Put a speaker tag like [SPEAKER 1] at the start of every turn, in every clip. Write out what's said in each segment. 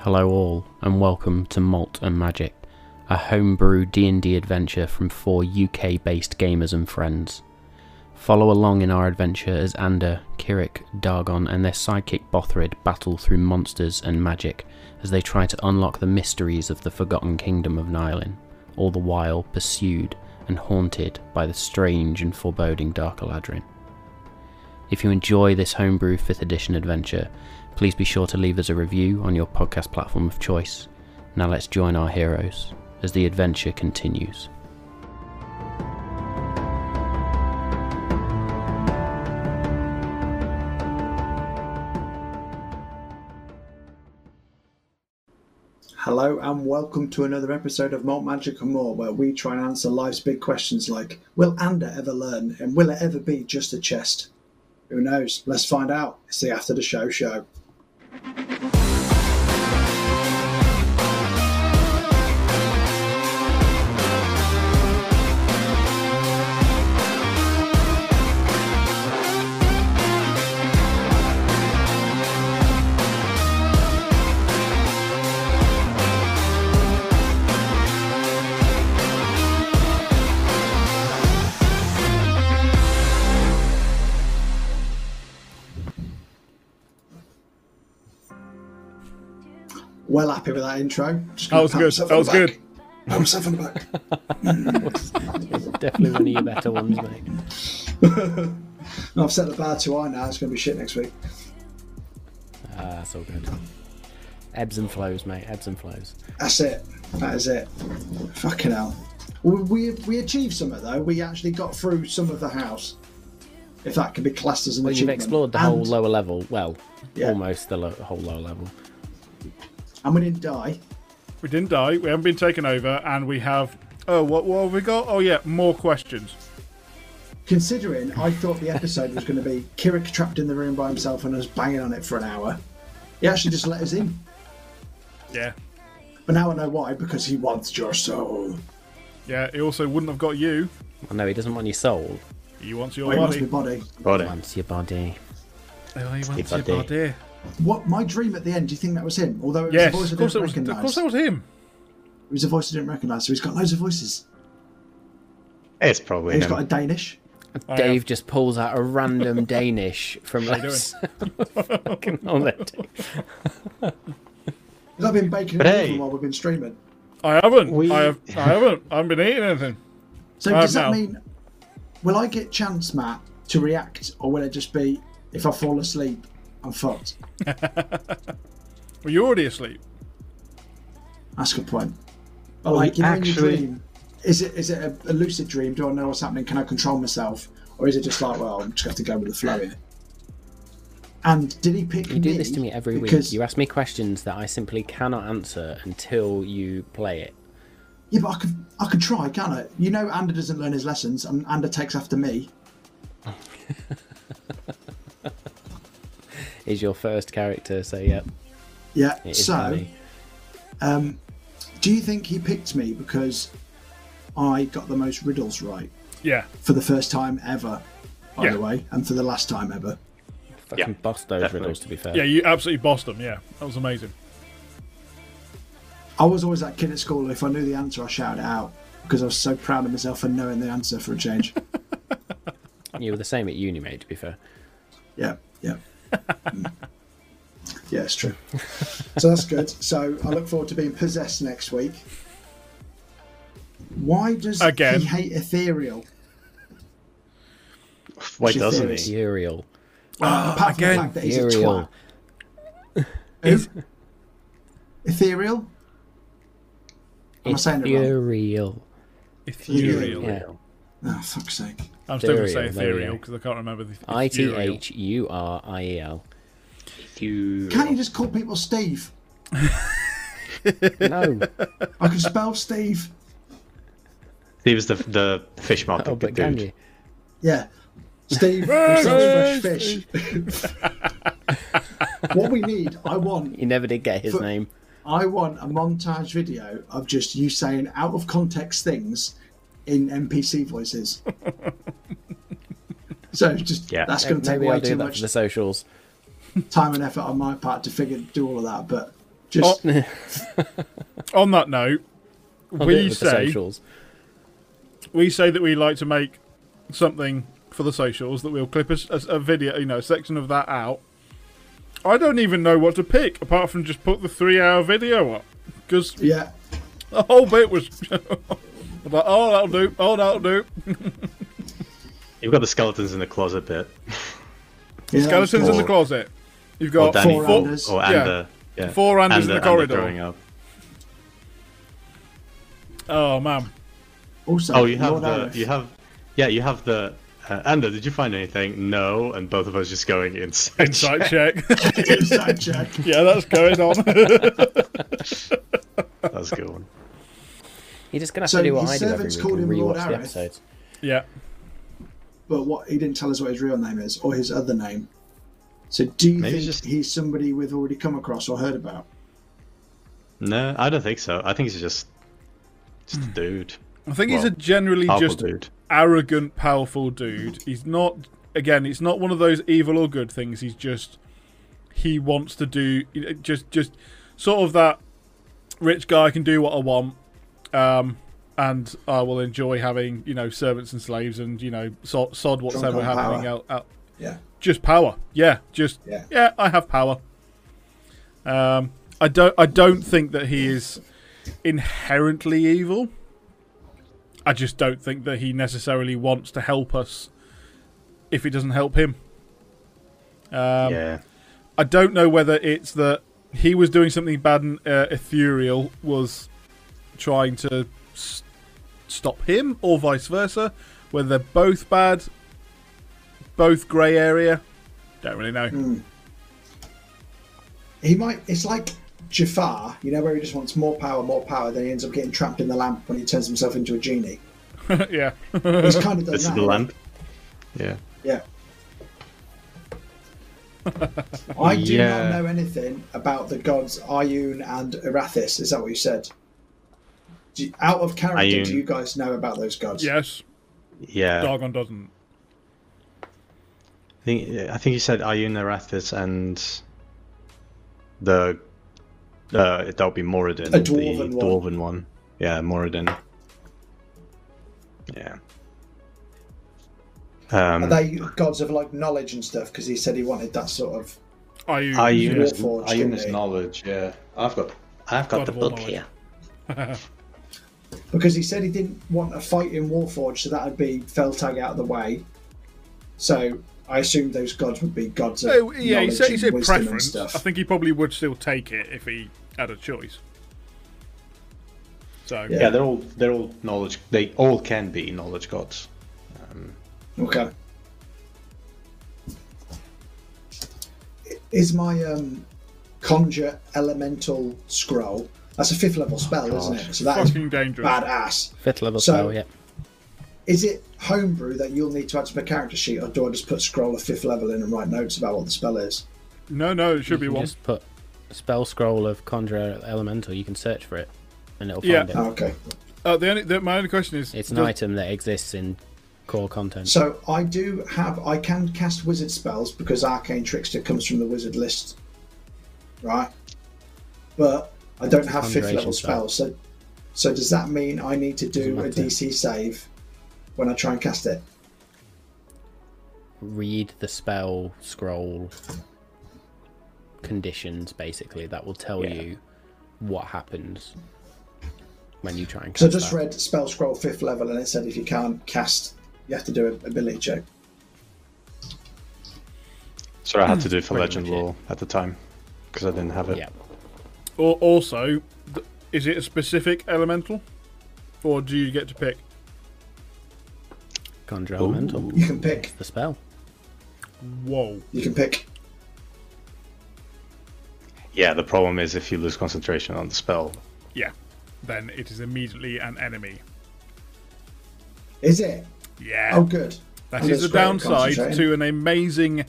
[SPEAKER 1] Hello all, and welcome to Malt and Magic, a homebrew D&D adventure from four UK-based gamers and friends. Follow along in our adventure as Ander, Kirik, Dargon, and their sidekick Bothrid battle through monsters and magic as they try to unlock the mysteries of the forgotten kingdom of Nylin, all the while pursued and haunted by the strange and foreboding Dark Eladrin. If you enjoy this homebrew 5th edition adventure, please be sure to leave us a review on your podcast platform of choice. Now let's join our heroes as the adventure continues.
[SPEAKER 2] Hello and welcome to another episode of Malt Magic and More, where we try and answer life's big questions like Will Ander ever learn? And will it ever be just a chest? Who knows? Let's find out. It's the After the Show show. Well happy with that intro. Just
[SPEAKER 3] That was
[SPEAKER 2] pat
[SPEAKER 3] good.
[SPEAKER 2] myself
[SPEAKER 3] That
[SPEAKER 2] on
[SPEAKER 3] was
[SPEAKER 2] the back.
[SPEAKER 3] good.
[SPEAKER 2] Pat myself on the back.
[SPEAKER 1] Definitely one of your better ones, mate.
[SPEAKER 2] No, I've set the bar too high now. It's going to be shit next week.
[SPEAKER 1] Ah, that's all good. Ebbs and flows, mate. Ebbs and flows.
[SPEAKER 2] That's it. That is it. Fucking hell. We, we, we achieved something though. We actually got through some of the house. If that could be classed as an
[SPEAKER 1] Well, you've
[SPEAKER 2] achievement.
[SPEAKER 1] explored the
[SPEAKER 2] and,
[SPEAKER 1] whole lower level. Well,
[SPEAKER 2] Yeah.
[SPEAKER 1] almost the lo- whole lower level.
[SPEAKER 2] And we didn't die.
[SPEAKER 3] We didn't die. We haven't been taken over, and we have. Oh, what, what have we got? Oh, yeah, more questions.
[SPEAKER 2] Considering I thought the episode was going to be Kirik trapped in the room by himself and us banging on it for an hour, he actually just let us in.
[SPEAKER 3] Yeah,
[SPEAKER 2] But now I know why, because he wants your soul.
[SPEAKER 3] yeah. He also wouldn't have got you.
[SPEAKER 1] I know he doesn't want your soul.
[SPEAKER 3] He wants your
[SPEAKER 2] Wait, what's my
[SPEAKER 3] body.
[SPEAKER 2] body?
[SPEAKER 1] He wants your body.
[SPEAKER 3] Oh, he wants
[SPEAKER 1] It's
[SPEAKER 3] your
[SPEAKER 1] body.
[SPEAKER 3] body.
[SPEAKER 2] What my dream at the end? Do you think that was him? Although it was a voice I
[SPEAKER 3] Yes, of course,
[SPEAKER 2] didn't
[SPEAKER 3] that was, of
[SPEAKER 2] recognise.
[SPEAKER 3] course that was him.
[SPEAKER 2] It was a voice I didn't recognise. So he's got loads of voices.
[SPEAKER 4] It's probably
[SPEAKER 2] He's
[SPEAKER 4] him.
[SPEAKER 2] got a Danish.
[SPEAKER 1] Dave just pulls out a random Danish from left. Fucking hell, that
[SPEAKER 2] Has that been baking
[SPEAKER 4] But
[SPEAKER 2] and
[SPEAKER 4] hey.
[SPEAKER 2] oven while we've been streaming?
[SPEAKER 3] I haven't.
[SPEAKER 4] We-
[SPEAKER 3] I have. I haven't. I haven't been eating anything.
[SPEAKER 2] So
[SPEAKER 3] Uh,
[SPEAKER 2] does that
[SPEAKER 3] no.
[SPEAKER 2] mean will I get chance, Matt, to react, or will it just be if I fall asleep, I'm fucked?
[SPEAKER 3] Well, you're already asleep.
[SPEAKER 2] That's a good point. But
[SPEAKER 4] Well,
[SPEAKER 2] like
[SPEAKER 4] we
[SPEAKER 2] Oh, you know,
[SPEAKER 4] actually-
[SPEAKER 2] in your dream, is it is it a, a lucid dream? Do I know what's happening? Can I control myself, or is it just like, well, I'm just going to go with the flow here? And did he pick
[SPEAKER 1] You do this to me every
[SPEAKER 2] because-
[SPEAKER 1] week. You ask me questions that I simply cannot answer until you play it.
[SPEAKER 2] Yeah, but I could I could try, can I? You know, Ander doesn't learn his lessons, and Ander takes after me.
[SPEAKER 1] Is your first character, so yeah,
[SPEAKER 2] Yeah.
[SPEAKER 1] it is
[SPEAKER 2] so,
[SPEAKER 1] Danny.
[SPEAKER 2] um, do you think he picked me because I got the most riddles right
[SPEAKER 3] Yeah.
[SPEAKER 2] for the first time ever, by
[SPEAKER 3] Yeah.
[SPEAKER 2] the way, and for the last time ever?
[SPEAKER 1] Fucking
[SPEAKER 4] Yeah,
[SPEAKER 1] boss those
[SPEAKER 4] definitely.
[SPEAKER 1] riddles, to be fair.
[SPEAKER 3] Yeah. You absolutely bossed them. Yeah. That was amazing.
[SPEAKER 2] I was always that kid at school. If I knew the answer, I shouted it out because I was so proud of myself for knowing the answer for a change.
[SPEAKER 1] You were the same at uni, mate, to be fair.
[SPEAKER 2] yeah, yeah, Mm. yeah. It's true. So that's good. So I look forward to being possessed next week. Why does
[SPEAKER 3] Again.
[SPEAKER 2] he hate ethereal?
[SPEAKER 4] Why
[SPEAKER 2] She
[SPEAKER 4] doesn't
[SPEAKER 2] theories.
[SPEAKER 4] he?
[SPEAKER 1] Serial.
[SPEAKER 2] Apart from the
[SPEAKER 3] Ah, again.
[SPEAKER 2] fact that he's a twat.
[SPEAKER 1] Ethereal.
[SPEAKER 2] Who? ethereal? Am I saying it wrong?
[SPEAKER 1] Ethereal.
[SPEAKER 3] Ethereal.
[SPEAKER 1] Yeah.
[SPEAKER 2] Oh, fuck's sake.
[SPEAKER 3] I'm still gonna say
[SPEAKER 1] Ethereal, there we
[SPEAKER 3] ethereal
[SPEAKER 1] go.
[SPEAKER 3] because I can't remember the
[SPEAKER 1] I T
[SPEAKER 3] ethereal.
[SPEAKER 1] H U R I E L.
[SPEAKER 2] Can't you just call people Steve?
[SPEAKER 1] No,
[SPEAKER 2] I can spell Steve.
[SPEAKER 4] He was the the fish market
[SPEAKER 1] oh, but
[SPEAKER 4] dude.
[SPEAKER 1] can you?
[SPEAKER 2] Yeah. Steve, who sells fresh fish. what we need, I want,
[SPEAKER 1] You never did get his
[SPEAKER 2] For-
[SPEAKER 1] name.
[SPEAKER 2] I want a montage video of just you saying out of context things in NPC voices. So just
[SPEAKER 4] Yeah.
[SPEAKER 2] that's going to take
[SPEAKER 1] Maybe I'll
[SPEAKER 2] way
[SPEAKER 1] do
[SPEAKER 2] too
[SPEAKER 1] that for
[SPEAKER 2] much
[SPEAKER 1] the socials.
[SPEAKER 2] time and effort on my part to figure do all of that. But Just
[SPEAKER 4] Oh.
[SPEAKER 3] On that note,
[SPEAKER 5] I'll do it
[SPEAKER 3] we
[SPEAKER 5] with the
[SPEAKER 3] say
[SPEAKER 5] socials.
[SPEAKER 3] we say that we like to make something for the socials that we'll clip a, a- a video, you know, a section of that out. I don't even know what to pick apart from just put the three-hour video up because
[SPEAKER 2] yeah.
[SPEAKER 3] the whole bit was. I was like, oh, that'll do. Oh, that'll do.
[SPEAKER 4] You've got the skeletons in the closet bit.
[SPEAKER 2] yeah
[SPEAKER 3] Skeletons in the
[SPEAKER 4] Or-
[SPEAKER 3] closet. You've
[SPEAKER 4] Or
[SPEAKER 3] got
[SPEAKER 4] Oh, Danny.
[SPEAKER 2] four
[SPEAKER 4] Or,
[SPEAKER 2] Anders.
[SPEAKER 4] or
[SPEAKER 3] Yeah.
[SPEAKER 4] Ander. Yeah.
[SPEAKER 3] Four Anders in the corridor.
[SPEAKER 4] growing up.
[SPEAKER 3] Oh man,
[SPEAKER 2] Also,
[SPEAKER 4] Oh, you have
[SPEAKER 2] Lord
[SPEAKER 4] the.
[SPEAKER 2] Aerith.
[SPEAKER 4] You have. Yeah, you have the. Uh, Ander, did you find anything? No, and both of us just going inside.
[SPEAKER 3] insight check.
[SPEAKER 2] Inside check.
[SPEAKER 3] yeah, that's going on.
[SPEAKER 4] That's a good one.
[SPEAKER 5] You're just gonna have
[SPEAKER 2] So
[SPEAKER 5] to do what
[SPEAKER 2] his
[SPEAKER 5] I do every
[SPEAKER 2] servants
[SPEAKER 5] week
[SPEAKER 2] called
[SPEAKER 5] and
[SPEAKER 2] him Lord
[SPEAKER 5] rewatch the
[SPEAKER 2] Aerith.
[SPEAKER 5] episodes.
[SPEAKER 3] yeah,
[SPEAKER 2] But what he didn't tell us what his real name is or his other name. So do you
[SPEAKER 4] Maybe
[SPEAKER 2] think
[SPEAKER 4] it's just-
[SPEAKER 2] he's somebody we've already come across or heard about?
[SPEAKER 4] No, I don't think so. I think he's just. Just a dude.
[SPEAKER 3] I think he's a
[SPEAKER 4] Well,
[SPEAKER 3] generally
[SPEAKER 4] Powerful
[SPEAKER 3] just
[SPEAKER 4] dude.
[SPEAKER 3] arrogant, powerful dude. He's not. Again, it's not one of those evil or good things. He's just. He wants to do just just sort of that rich guy can do what I want, um, and I will enjoy having you know servants and slaves and you know sod, sod what's
[SPEAKER 2] Drunk
[SPEAKER 3] ever
[SPEAKER 2] on
[SPEAKER 3] happening
[SPEAKER 2] power.
[SPEAKER 3] out, out
[SPEAKER 2] Yeah.
[SPEAKER 3] just power. Yeah, just
[SPEAKER 2] Yeah.
[SPEAKER 3] yeah. I have power. Um, I don't. I don't think that he is inherently evil. I just don't think that he necessarily wants to help us if it doesn't help him. Um,
[SPEAKER 4] yeah.
[SPEAKER 3] I don't know whether it's that he was doing something bad and uh, Ethereal was trying to s- stop him, or vice versa. Whether they're both bad, both grey area. Don't really know.
[SPEAKER 2] He might. It's like Jafar, you know, where he just wants more power, more power, then he ends up getting trapped in the lamp when he turns himself into a genie.
[SPEAKER 3] yeah.
[SPEAKER 2] He's kind of done
[SPEAKER 4] This
[SPEAKER 2] that.
[SPEAKER 4] is the lamp. Yeah.
[SPEAKER 2] Yeah. I do
[SPEAKER 4] Yeah.
[SPEAKER 2] not know anything about the gods Ayun and Arathis. Is that what you said? Do you- out of character,
[SPEAKER 4] Ayun.
[SPEAKER 2] do you guys know about those gods?
[SPEAKER 3] yes.
[SPEAKER 4] Yeah.
[SPEAKER 3] Dargon doesn't.
[SPEAKER 4] I think I think you said Ayuna Rathis and the uh, that would be Moradin,
[SPEAKER 2] A dwarven
[SPEAKER 4] the
[SPEAKER 2] one.
[SPEAKER 4] dwarven one. Yeah, Moradin. Yeah.
[SPEAKER 2] Are
[SPEAKER 4] Um,
[SPEAKER 2] they gods of like knowledge and stuff? Because he said he wanted that sort of.
[SPEAKER 3] Are you?
[SPEAKER 4] Ayuna's,
[SPEAKER 2] Warforged,
[SPEAKER 4] Ayuna's
[SPEAKER 2] didn't they?
[SPEAKER 4] knowledge. Yeah, I've got I've
[SPEAKER 3] God
[SPEAKER 4] got the
[SPEAKER 3] of all
[SPEAKER 4] book
[SPEAKER 3] knowledge.
[SPEAKER 4] here.
[SPEAKER 2] Because he said he didn't want a fight in Warforged, so that would be Feltag out of the way. So I assumed those gods would be gods of.
[SPEAKER 3] Oh, yeah, he
[SPEAKER 2] knowledge
[SPEAKER 3] said, he
[SPEAKER 2] and
[SPEAKER 3] said
[SPEAKER 2] wisdom and
[SPEAKER 3] preference. I
[SPEAKER 2] stuff.
[SPEAKER 3] think he probably would still take it if he had a choice. So
[SPEAKER 2] Yeah.
[SPEAKER 4] Yeah. they're all they're all knowledge. They all can be knowledge gods.
[SPEAKER 2] Okay. Is my um, conjure elemental scroll? That's a fifth level spell, isn't it? So that is
[SPEAKER 3] fucking dangerous.
[SPEAKER 2] badass.
[SPEAKER 5] Fifth level
[SPEAKER 2] So-
[SPEAKER 5] spell, yeah.
[SPEAKER 2] Is it homebrew that you'll need to add to my character sheet, or do I just put scroll of fifth level in and write notes about what the spell is?
[SPEAKER 3] No, no, it should be
[SPEAKER 5] You
[SPEAKER 3] one.
[SPEAKER 5] just put spell scroll of conjure elemental. You can search for it, and it'll
[SPEAKER 3] Yeah.
[SPEAKER 5] find
[SPEAKER 2] Oh,
[SPEAKER 5] it.
[SPEAKER 2] okay.
[SPEAKER 3] Uh, the only, the, my only question is:
[SPEAKER 5] It's an
[SPEAKER 3] does-
[SPEAKER 5] item that exists in core content.
[SPEAKER 2] So I do have, I can cast wizard spells because arcane trickster comes from the wizard list, right? But I don't have fifth
[SPEAKER 5] Conjuration
[SPEAKER 2] level
[SPEAKER 5] spell.
[SPEAKER 2] spells, so so does that mean I need to do
[SPEAKER 5] Doesn't
[SPEAKER 2] a
[SPEAKER 5] matter.
[SPEAKER 2] DC save when I try and cast it?
[SPEAKER 5] Read the spell scroll conditions, basically. That will tell you what happens when you try and
[SPEAKER 2] Because
[SPEAKER 5] cast
[SPEAKER 2] I just
[SPEAKER 5] that.
[SPEAKER 2] read spell scroll fifth level and it said if you can't cast, you have to do an ability check.
[SPEAKER 4] So I had to do it for
[SPEAKER 5] Pretty
[SPEAKER 4] legend
[SPEAKER 5] much it.
[SPEAKER 4] lore at the time because I didn't have it.
[SPEAKER 5] Yeah.
[SPEAKER 3] Or also, th- is it a specific elemental, or do you get to pick?
[SPEAKER 5] Conjure
[SPEAKER 4] Oh.
[SPEAKER 5] elemental.
[SPEAKER 2] You can pick.
[SPEAKER 5] The spell.
[SPEAKER 3] Whoa!
[SPEAKER 2] You can pick.
[SPEAKER 4] Yeah, the problem is if you lose concentration on the spell,
[SPEAKER 3] Yeah, then it is immediately an enemy.
[SPEAKER 2] Is it?
[SPEAKER 3] Yeah,
[SPEAKER 2] Oh, good.
[SPEAKER 3] that
[SPEAKER 2] Oh,
[SPEAKER 3] is
[SPEAKER 2] that's
[SPEAKER 3] the
[SPEAKER 2] great,
[SPEAKER 3] downside
[SPEAKER 2] concentrating.
[SPEAKER 3] to an amazing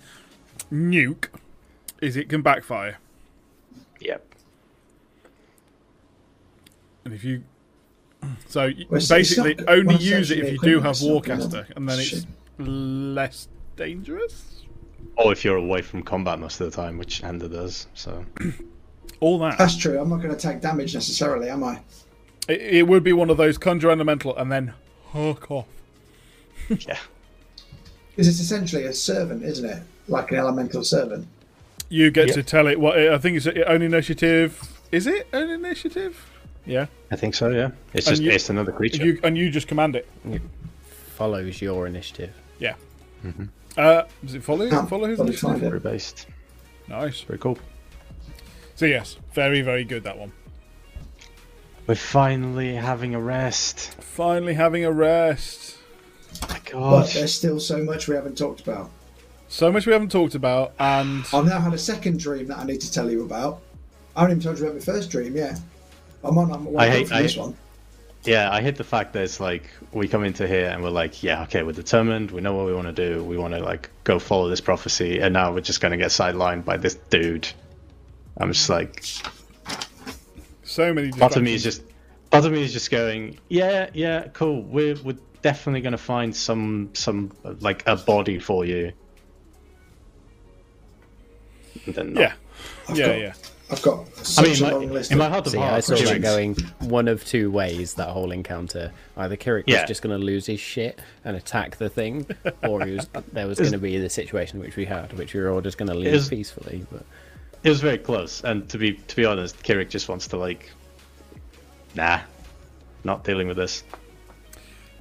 [SPEAKER 3] nuke. Is it can backfire,
[SPEAKER 4] yep.
[SPEAKER 3] and if you, so you
[SPEAKER 2] Well, it's- it's
[SPEAKER 3] basically
[SPEAKER 2] not- well,
[SPEAKER 3] only
[SPEAKER 2] it's
[SPEAKER 3] use it if
[SPEAKER 2] actually
[SPEAKER 3] you do
[SPEAKER 2] equivalent,
[SPEAKER 3] have
[SPEAKER 2] it's not equivalent.
[SPEAKER 3] Warcaster, and then it's
[SPEAKER 2] Shit.
[SPEAKER 3] less dangerous.
[SPEAKER 4] Or if you're away from combat most of the time, which Ender does. So
[SPEAKER 3] All that.
[SPEAKER 2] That's true. I'm not going to take damage necessarily, am I?
[SPEAKER 3] It, it would be one of those conjure and a mental and then hook off.
[SPEAKER 4] Yeah.
[SPEAKER 2] Because it's essentially a servant, isn't it? Like an elemental servant.
[SPEAKER 3] You get
[SPEAKER 4] Yep.
[SPEAKER 3] to tell it what I think it's uh, own initiative. Is it own initiative? Yeah.
[SPEAKER 4] I think so, yeah. It's
[SPEAKER 3] And
[SPEAKER 4] just
[SPEAKER 3] you-
[SPEAKER 4] it's another creature.
[SPEAKER 3] You and you just command it.
[SPEAKER 5] Follows your initiative.
[SPEAKER 3] Yeah. Uh, does it follow?
[SPEAKER 2] Can't
[SPEAKER 3] follow his
[SPEAKER 2] probably
[SPEAKER 3] initiative?
[SPEAKER 2] find it.
[SPEAKER 4] Based.
[SPEAKER 3] Nice.
[SPEAKER 4] Pretty cool.
[SPEAKER 3] So yes, very very good that one.
[SPEAKER 4] We're finally having a rest.
[SPEAKER 3] Finally having a rest. Oh
[SPEAKER 4] my
[SPEAKER 2] But
[SPEAKER 4] god.
[SPEAKER 2] there's still so much we haven't talked about.
[SPEAKER 3] So much we haven't talked about, and
[SPEAKER 2] I've now had a second dream that I need to tell you about. I haven't even told you about my first dream, yeah. I might not
[SPEAKER 4] I
[SPEAKER 2] want to
[SPEAKER 4] hate-
[SPEAKER 2] for
[SPEAKER 4] I-
[SPEAKER 2] this one.
[SPEAKER 4] Yeah, I hate the fact that it's like we come into here and we're like, yeah, okay, we're determined. We know what we want to do. We want to like go follow this prophecy, and now we're just gonna get sidelined by this dude. I'm just like,
[SPEAKER 3] so many.
[SPEAKER 4] part of me is
[SPEAKER 3] distractions.
[SPEAKER 4] just, part of me is just going, yeah, yeah, cool. We're we're definitely gonna find some some uh, like a body for you. And then not.
[SPEAKER 3] yeah,
[SPEAKER 2] I've
[SPEAKER 3] yeah,
[SPEAKER 2] got,
[SPEAKER 3] yeah.
[SPEAKER 2] I've got
[SPEAKER 4] I
[SPEAKER 2] such
[SPEAKER 4] mean, in
[SPEAKER 2] a
[SPEAKER 4] my,
[SPEAKER 2] long list.
[SPEAKER 4] in
[SPEAKER 2] of-
[SPEAKER 4] my heart of
[SPEAKER 5] So yeah, I
[SPEAKER 4] hearts,
[SPEAKER 5] saw that
[SPEAKER 4] Jimmy's-
[SPEAKER 5] going one of two ways. That whole encounter, either Kirik
[SPEAKER 4] Yeah.
[SPEAKER 5] was just going to lose his shit and attack the thing, or he was, there was going to be the situation which we had, which we were all just going to leave
[SPEAKER 4] Is-
[SPEAKER 5] peacefully. But
[SPEAKER 4] It was very close, and to be to be honest, Kirik just wants to like, nah, not dealing with this.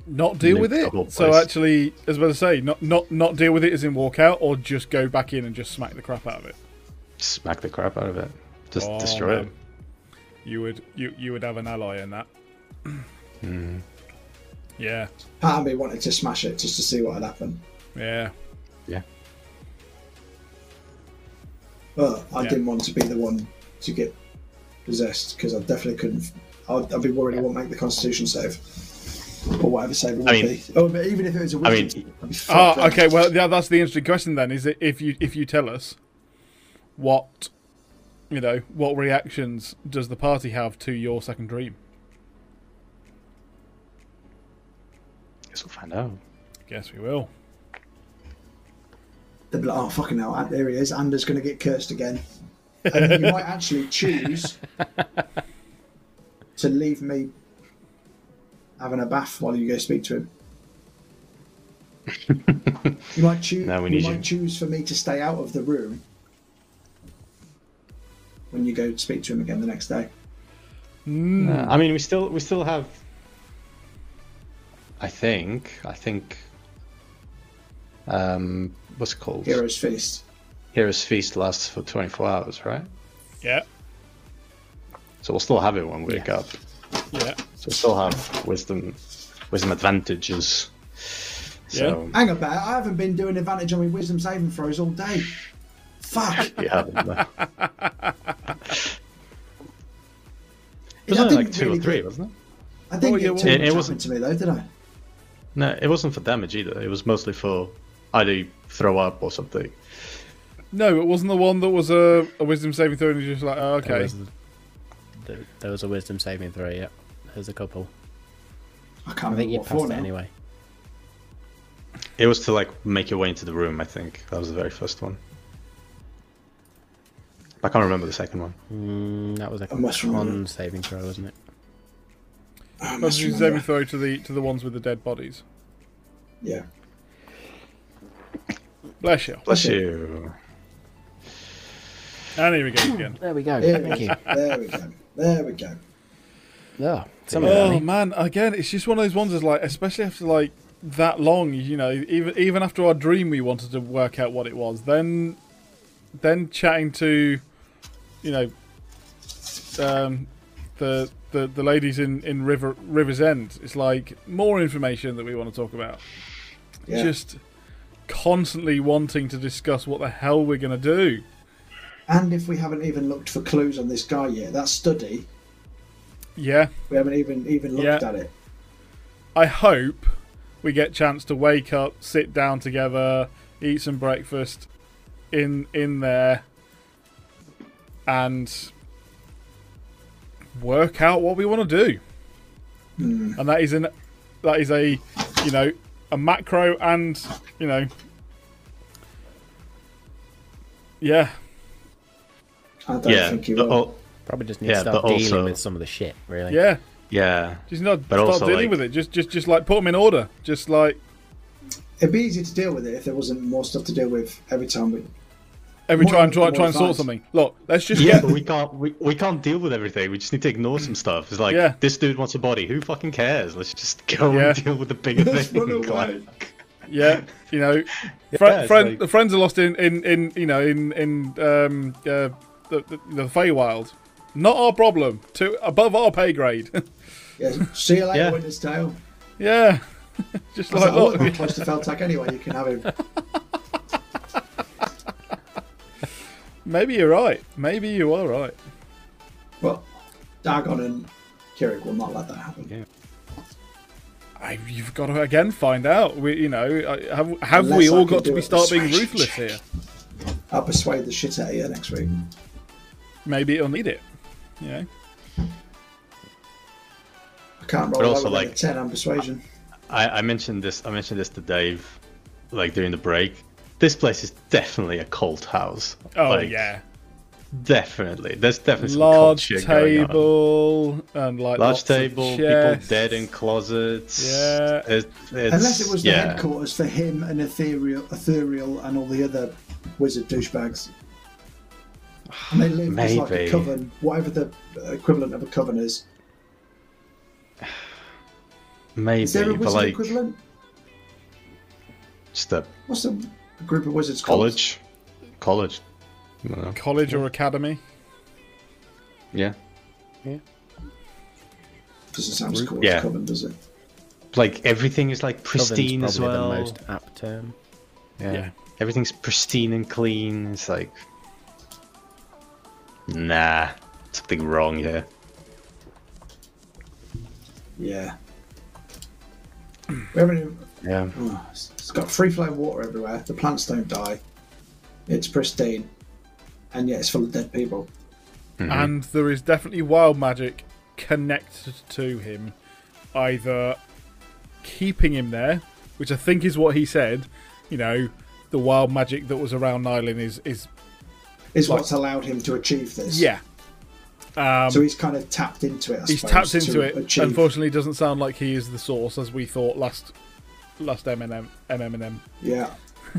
[SPEAKER 3] Not deal
[SPEAKER 4] Nuke
[SPEAKER 3] with
[SPEAKER 4] the
[SPEAKER 3] it.
[SPEAKER 4] whole
[SPEAKER 3] So
[SPEAKER 4] place.
[SPEAKER 3] actually, as I was about to say, not not not deal with it as in walk out, or just go back in and just smack the crap out of it.
[SPEAKER 4] Smack the crap out of it, just
[SPEAKER 3] Oh,
[SPEAKER 4] destroy
[SPEAKER 3] man. You would you you would have an ally in that. Yeah,
[SPEAKER 2] Part of me wanted to smash it just to see what had happened.
[SPEAKER 3] yeah.
[SPEAKER 4] it. Yeah,
[SPEAKER 2] But I
[SPEAKER 3] Yeah.
[SPEAKER 2] didn't want to be the one to get possessed because I definitely couldn't. I'd, I'd be worried I won't make the Constitution save or whatever save it would
[SPEAKER 4] I mean-
[SPEAKER 2] be. Oh, but even if it was a
[SPEAKER 4] I mean-
[SPEAKER 2] wisdom, I'd be
[SPEAKER 3] Ah,
[SPEAKER 2] fucked then.
[SPEAKER 3] okay. Well, yeah, that's the interesting question then. Is that if you if you tell us what you know, what reactions does the party have to your second dream?
[SPEAKER 4] guess we'll find out.
[SPEAKER 3] Guess we will.
[SPEAKER 2] They'd be like, oh fucking hell, and- there he is. Anders going to get cursed again. And then you might actually choose to leave me having a bath while you go speak to him. you might choose.
[SPEAKER 4] No, we
[SPEAKER 2] you
[SPEAKER 4] need
[SPEAKER 2] might
[SPEAKER 4] you.
[SPEAKER 2] choose for me to stay out of the room when you go speak to him again the next day.
[SPEAKER 3] Hmm.
[SPEAKER 4] Uh, I mean, we still we still have. I think I think. Um, what's it called?
[SPEAKER 2] Hero's feast.
[SPEAKER 4] Hero's feast lasts for twenty four hours, right?
[SPEAKER 3] Yeah,
[SPEAKER 4] So we'll still have it when we wake up.
[SPEAKER 3] yeah,
[SPEAKER 4] So we'll still have wisdom, wisdom advantages. So
[SPEAKER 2] Hang about, I haven't been doing advantage on my wisdom saving throws all day. Fuck.
[SPEAKER 4] you haven't. no. It was
[SPEAKER 2] I didn't
[SPEAKER 4] only like two
[SPEAKER 2] really
[SPEAKER 4] or three,
[SPEAKER 2] get-
[SPEAKER 4] wasn't it?
[SPEAKER 2] I didn't
[SPEAKER 3] Oh,
[SPEAKER 2] get
[SPEAKER 3] yeah,
[SPEAKER 2] too
[SPEAKER 3] well-
[SPEAKER 2] much
[SPEAKER 4] It- it
[SPEAKER 2] happened
[SPEAKER 4] wasn't-
[SPEAKER 2] to me though, did I?
[SPEAKER 4] No, it wasn't for damage either. It was mostly for either you throw up or something.
[SPEAKER 3] No, it wasn't the one that was a, a wisdom saving throw, and you're just like, oh,
[SPEAKER 5] there,
[SPEAKER 3] okay.
[SPEAKER 5] was, there, there was a wisdom saving throw. Yep, there's a couple.
[SPEAKER 2] I can't
[SPEAKER 5] I think
[SPEAKER 2] remember
[SPEAKER 5] you
[SPEAKER 2] what for
[SPEAKER 5] passed it
[SPEAKER 2] now.
[SPEAKER 5] anyway.
[SPEAKER 4] It was to like make your way into the room. I think that was the very first one. I can't remember the second one.
[SPEAKER 5] Mm, that was a
[SPEAKER 2] must remember.
[SPEAKER 5] con saving throw, wasn't it?
[SPEAKER 2] I
[SPEAKER 3] That
[SPEAKER 2] must
[SPEAKER 3] was a
[SPEAKER 2] remember.
[SPEAKER 3] saving throw to the to the ones with the dead bodies.
[SPEAKER 2] Yeah.
[SPEAKER 3] Bless you.
[SPEAKER 4] Bless you.
[SPEAKER 3] And here we go again.
[SPEAKER 5] There we go.
[SPEAKER 2] Here
[SPEAKER 5] Thank
[SPEAKER 2] we
[SPEAKER 1] Ah,
[SPEAKER 2] go.
[SPEAKER 5] you.
[SPEAKER 2] There we go. There we go.
[SPEAKER 5] Oh, some of that,
[SPEAKER 3] Oh
[SPEAKER 5] eh?
[SPEAKER 3] man, again, it's just one of those ones. Is like, especially after like that long, you know, even even after our dream, we wanted to work out what it was. Then, then chatting to, you know, um, the the the ladies in in River Rivers End. It's like more information that we want to talk about.
[SPEAKER 2] Yeah.
[SPEAKER 3] Just constantly wanting to discuss what the hell we're gonna do.
[SPEAKER 2] And if we haven't even looked for clues on this guy yet, that study,
[SPEAKER 3] Yeah,
[SPEAKER 2] we haven't even even looked
[SPEAKER 3] Yeah.
[SPEAKER 2] at it.
[SPEAKER 3] I hope we get chance to wake up, sit down together, eat some breakfast in in there and work out what we want to do. And that is an that is a you know a macro and you know yeah
[SPEAKER 2] I don't
[SPEAKER 4] Yeah,
[SPEAKER 2] think you
[SPEAKER 4] the,
[SPEAKER 2] will.
[SPEAKER 4] all,
[SPEAKER 1] Probably just need
[SPEAKER 4] Yeah,
[SPEAKER 1] to start
[SPEAKER 4] but
[SPEAKER 1] dealing
[SPEAKER 4] also-
[SPEAKER 1] with some of the shit, really.
[SPEAKER 3] Yeah,
[SPEAKER 4] Yeah.
[SPEAKER 3] just not
[SPEAKER 4] But
[SPEAKER 3] start
[SPEAKER 4] also,
[SPEAKER 3] dealing
[SPEAKER 4] like-
[SPEAKER 3] with it. Just, just, just like put them in order. Just like
[SPEAKER 2] It'd be easier to deal with it if there wasn't more stuff to deal with every time. We,
[SPEAKER 3] every
[SPEAKER 2] More
[SPEAKER 3] time, try,
[SPEAKER 2] than
[SPEAKER 3] try and sort
[SPEAKER 2] five.
[SPEAKER 3] something. Look, let's just
[SPEAKER 4] Yeah,
[SPEAKER 3] get
[SPEAKER 4] but we can't we, we can't deal with everything. We just need to ignore some stuff. It's like
[SPEAKER 3] Yeah.
[SPEAKER 4] this dude wants a body. Who fucking cares? Let's just go
[SPEAKER 3] Yeah.
[SPEAKER 4] and deal with the bigger
[SPEAKER 2] Let's
[SPEAKER 4] thing.
[SPEAKER 2] run away.
[SPEAKER 4] like-
[SPEAKER 3] yeah, you know, fri
[SPEAKER 4] it's
[SPEAKER 3] friend,
[SPEAKER 4] like-
[SPEAKER 3] the friends are lost in, in, in you know, in in um, uh, the, the the Feywild. Not our problem. To above our pay grade.
[SPEAKER 2] yeah, see you later,
[SPEAKER 4] Yeah.
[SPEAKER 2] Winter's Tale.
[SPEAKER 3] yeah, just
[SPEAKER 2] I was
[SPEAKER 3] like
[SPEAKER 2] like, oh, look,
[SPEAKER 3] look,
[SPEAKER 2] I'm close to Feltag anyway. You can have him.
[SPEAKER 3] maybe you're right. Maybe you are right.
[SPEAKER 2] Well, Dagon and Kirik will not let that happen.
[SPEAKER 3] I, you've got to again find out. We, you know, I- have have we
[SPEAKER 2] Unless I
[SPEAKER 3] all
[SPEAKER 2] can
[SPEAKER 3] got to
[SPEAKER 2] do
[SPEAKER 3] be
[SPEAKER 2] a
[SPEAKER 3] start being
[SPEAKER 2] persuasion
[SPEAKER 3] ruthless
[SPEAKER 2] check.
[SPEAKER 3] here?
[SPEAKER 2] I'll persuade the shit out of you next week.
[SPEAKER 3] Maybe it'll need it. You know,
[SPEAKER 2] I can't roll
[SPEAKER 4] But also,
[SPEAKER 2] over like,
[SPEAKER 4] like-
[SPEAKER 2] ten on persuasion.
[SPEAKER 4] I, I mentioned this I mentioned this to Dave like during the break. This place is definitely a cult house.
[SPEAKER 3] oh
[SPEAKER 4] Like,
[SPEAKER 3] yeah,
[SPEAKER 4] Definitely. There's definitely some cult
[SPEAKER 3] large
[SPEAKER 4] shit going on.
[SPEAKER 3] table and like
[SPEAKER 4] Large
[SPEAKER 3] lots of
[SPEAKER 4] table, people
[SPEAKER 3] chests.
[SPEAKER 4] dead in closets.
[SPEAKER 3] Yeah.
[SPEAKER 4] It, it's,
[SPEAKER 2] Unless it was the
[SPEAKER 4] yeah.
[SPEAKER 2] headquarters for him and ethereal, ethereal, and all the other wizard douchebags. And they live as like a
[SPEAKER 4] Maybe.
[SPEAKER 2] coven, whatever the equivalent of a coven is.
[SPEAKER 4] Maybe,
[SPEAKER 2] Is there a
[SPEAKER 4] but
[SPEAKER 2] wizard
[SPEAKER 4] like
[SPEAKER 2] equivalent?
[SPEAKER 4] just a
[SPEAKER 2] What's a group of wizards called?
[SPEAKER 4] college. College. I don't know.
[SPEAKER 3] college or academy.
[SPEAKER 4] Yeah.
[SPEAKER 2] Doesn't sound as cool
[SPEAKER 4] Yeah.
[SPEAKER 2] as coven, does it?
[SPEAKER 4] Like everything is like
[SPEAKER 1] Coven's
[SPEAKER 4] pristine as
[SPEAKER 1] probably
[SPEAKER 4] well.
[SPEAKER 1] the most apt term.
[SPEAKER 3] Yeah.
[SPEAKER 4] Everything's pristine and clean. It's like, nah, something wrong here.
[SPEAKER 2] Yeah. We haven't even-
[SPEAKER 4] Yeah.
[SPEAKER 2] oh, it's it's got free flowing water everywhere. The plants don't die. It's pristine, and yet it's full of dead people. Mm-hmm.
[SPEAKER 3] and there is definitely wild magic connected to him, either keeping him there, which I think is what he said. You know, the wild magic that was around Nyland is is
[SPEAKER 2] Is
[SPEAKER 3] Like-
[SPEAKER 2] what's allowed him to achieve this.
[SPEAKER 3] yeah. Um,
[SPEAKER 2] So he's kind of tapped into it. I
[SPEAKER 3] he's
[SPEAKER 2] suppose,
[SPEAKER 3] tapped
[SPEAKER 2] to
[SPEAKER 3] into it.
[SPEAKER 2] achieve-
[SPEAKER 3] Unfortunately, doesn't sound like he is the source as we thought last last MM MM
[SPEAKER 2] Yeah.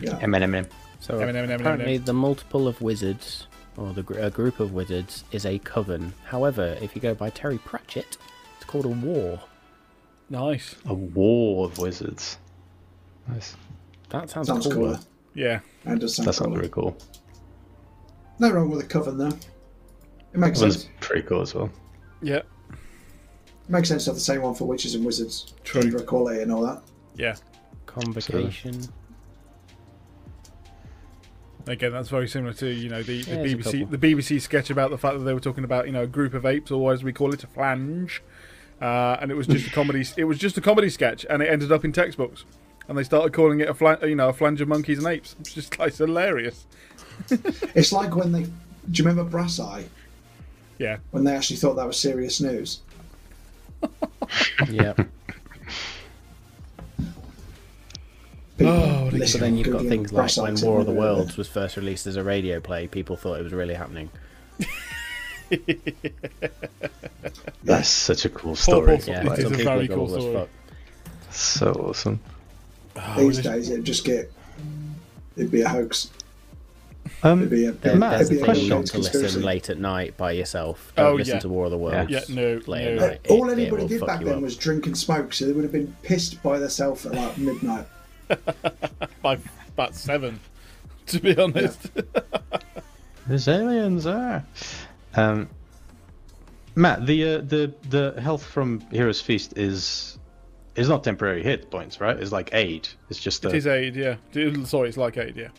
[SPEAKER 2] Yeah.
[SPEAKER 4] M&M.
[SPEAKER 1] So
[SPEAKER 3] Emin, emin, emin,
[SPEAKER 1] apparently,
[SPEAKER 3] emin.
[SPEAKER 1] the multiple of wizards, or the gr- a group of wizards, is a coven. However, if you go by Terry Pratchett, it's called a war.
[SPEAKER 3] Nice.
[SPEAKER 4] A war of wizards. Nice.
[SPEAKER 1] That sounds,
[SPEAKER 2] Sounds
[SPEAKER 1] cooler.
[SPEAKER 2] cooler.
[SPEAKER 3] Yeah.
[SPEAKER 2] And does sound
[SPEAKER 4] That sounds
[SPEAKER 2] cooler.
[SPEAKER 4] pretty cool.
[SPEAKER 2] No wrong with a coven though. It makes
[SPEAKER 4] That one's
[SPEAKER 2] sense.
[SPEAKER 4] pretty cool as well.
[SPEAKER 3] Yeah.
[SPEAKER 2] It makes sense to have the same one for witches and wizards.
[SPEAKER 3] True.
[SPEAKER 2] Gender equality and all that.
[SPEAKER 3] Yeah.
[SPEAKER 1] Convocation.
[SPEAKER 3] Again, that's very similar to you know the, the
[SPEAKER 1] Yeah, there's a
[SPEAKER 3] BBC
[SPEAKER 1] couple.
[SPEAKER 3] the BBC sketch about the fact that they were talking about you know a group of apes, or as we call it, a flange, uh, and it was just a comedy. It was just a comedy sketch, and it ended up in textbooks, and they started calling it a flange, you know, a flange of monkeys and apes. It's just like it's hilarious.
[SPEAKER 2] It's like when they. Do you remember Brass Eye?
[SPEAKER 3] Yeah,
[SPEAKER 2] When they actually thought that was serious news.
[SPEAKER 1] Yeah.
[SPEAKER 2] People
[SPEAKER 3] Oh, what a-
[SPEAKER 1] But
[SPEAKER 2] listening
[SPEAKER 1] then you've
[SPEAKER 2] and
[SPEAKER 1] got
[SPEAKER 2] Googling
[SPEAKER 1] things like
[SPEAKER 2] Brass Eye
[SPEAKER 1] when
[SPEAKER 2] to
[SPEAKER 1] War of the
[SPEAKER 2] remember it.
[SPEAKER 1] Worlds was first released as a radio play, people thought it was really happening.
[SPEAKER 4] That's such a cool
[SPEAKER 3] Paul
[SPEAKER 4] story.
[SPEAKER 3] Paulson.
[SPEAKER 1] Yeah,
[SPEAKER 3] It is
[SPEAKER 1] some
[SPEAKER 3] a
[SPEAKER 1] people
[SPEAKER 3] very
[SPEAKER 1] go,
[SPEAKER 3] cool
[SPEAKER 1] "Well, as
[SPEAKER 3] story."
[SPEAKER 1] fuck."
[SPEAKER 4] So awesome.
[SPEAKER 3] Oh,
[SPEAKER 2] Oh, These days it'd just get. It'd be a hoax. It'd
[SPEAKER 4] Um,
[SPEAKER 2] be a.
[SPEAKER 1] There-
[SPEAKER 4] Matt,
[SPEAKER 1] There's
[SPEAKER 2] it'd
[SPEAKER 1] the
[SPEAKER 2] be a
[SPEAKER 1] thing
[SPEAKER 4] question.
[SPEAKER 1] you
[SPEAKER 2] conspiracy.
[SPEAKER 1] got to listen late at night by yourself.
[SPEAKER 3] Oh,
[SPEAKER 1] Don't listen
[SPEAKER 3] yeah.
[SPEAKER 1] to War of the Worlds.
[SPEAKER 3] Yeah, no,
[SPEAKER 1] late
[SPEAKER 3] no.
[SPEAKER 1] at night. It-
[SPEAKER 2] All
[SPEAKER 1] it
[SPEAKER 2] anybody
[SPEAKER 1] will
[SPEAKER 2] did
[SPEAKER 1] fuck
[SPEAKER 2] back
[SPEAKER 1] you
[SPEAKER 2] then
[SPEAKER 1] up.
[SPEAKER 2] was drink and smoke, so they would have been pissed by themselves at like midnight.
[SPEAKER 3] by about seven, to be honest.
[SPEAKER 4] there's aliens there. Um, Matt, the uh, the the health from Hero's Feast is is not temporary hit points, right? It's like aid. It's just a
[SPEAKER 3] it is aid. Yeah, D- sorry, it's like aid. Yeah,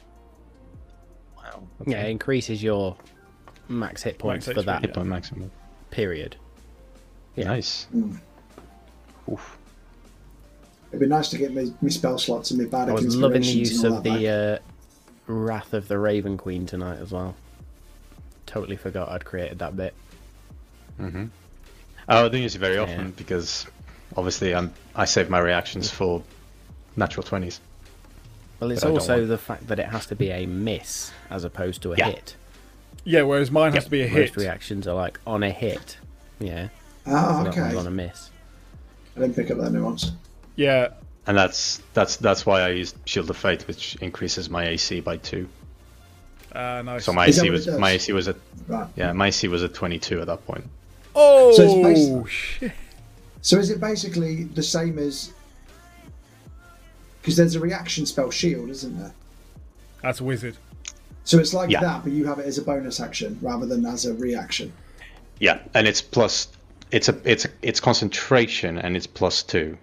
[SPEAKER 4] wow,
[SPEAKER 1] Yeah, it increases your max hit points
[SPEAKER 3] Max
[SPEAKER 1] for
[SPEAKER 3] HP,
[SPEAKER 1] that
[SPEAKER 4] hit point maximum.
[SPEAKER 1] period.
[SPEAKER 4] Nice.
[SPEAKER 2] Mm.
[SPEAKER 4] Oof.
[SPEAKER 2] It'd be nice to get me, me spell slots and me bad
[SPEAKER 1] I was loving the
[SPEAKER 2] inspirations
[SPEAKER 1] use
[SPEAKER 2] and all
[SPEAKER 1] of
[SPEAKER 2] that back.
[SPEAKER 1] the uh, Wrath of the Raven Queen tonight as well. Totally forgot I'd created that bit.
[SPEAKER 4] Oh, I don't use it very often because obviously I'm I save my
[SPEAKER 2] Mm.
[SPEAKER 4] reactions for natural twenties.
[SPEAKER 1] Well, it's
[SPEAKER 4] But I don't
[SPEAKER 1] also
[SPEAKER 4] want-
[SPEAKER 1] the fact that it has to be a miss as opposed to a
[SPEAKER 4] Yeah.
[SPEAKER 1] hit.
[SPEAKER 3] Yeah, whereas mine
[SPEAKER 1] Yep.
[SPEAKER 3] has to be a
[SPEAKER 1] Most
[SPEAKER 3] hit.
[SPEAKER 1] reactions are like on a hit. Yeah. so
[SPEAKER 2] Ah,
[SPEAKER 1] That
[SPEAKER 2] okay.
[SPEAKER 1] one's on a miss.
[SPEAKER 2] I didn't pick up that nuance.
[SPEAKER 3] Yeah,
[SPEAKER 4] And that's that's that's why I used Shield of Faith, which increases my AC by two.
[SPEAKER 3] uh, nice.
[SPEAKER 4] So my
[SPEAKER 2] Is that
[SPEAKER 4] AC
[SPEAKER 2] what it
[SPEAKER 4] was
[SPEAKER 2] does?
[SPEAKER 4] my AC was at
[SPEAKER 2] Right.
[SPEAKER 4] yeah my AC was at twenty two at that point.
[SPEAKER 3] oh
[SPEAKER 2] So it's based-
[SPEAKER 3] shit!
[SPEAKER 2] So is it basically the same as? Because there's a reaction spell shield, isn't there?
[SPEAKER 3] That's a wizard.
[SPEAKER 2] So it's like
[SPEAKER 4] Yeah.
[SPEAKER 2] that, but you have it as a bonus action rather than as a reaction.
[SPEAKER 4] Yeah, and it's plus it's a it's a, it's concentration and it's plus two.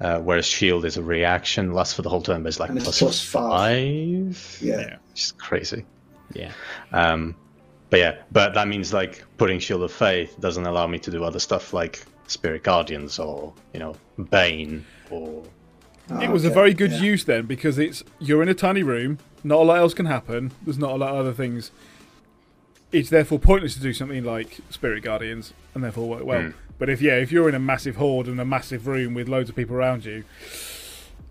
[SPEAKER 4] Uh, whereas shield is a reaction, lasts for the whole turn, but it's like
[SPEAKER 2] And it's
[SPEAKER 4] plus,
[SPEAKER 2] plus five.
[SPEAKER 4] five.
[SPEAKER 2] Yeah.
[SPEAKER 4] which is crazy.
[SPEAKER 1] Yeah.
[SPEAKER 4] Um, but yeah, but that means like putting Shield of Faith doesn't allow me to do other stuff like Spirit Guardians or you know Bane or
[SPEAKER 2] Ah,
[SPEAKER 3] It was a
[SPEAKER 2] okay,
[SPEAKER 3] very good
[SPEAKER 2] yeah.
[SPEAKER 3] use then because it's you're in a tiny room. Not a lot else can happen. There's not a lot of other things. It's therefore pointless to do something like Spirit Guardians, and therefore work
[SPEAKER 4] Hmm.
[SPEAKER 3] well. But if yeah, if you're in a massive horde and a massive room with loads of people around you,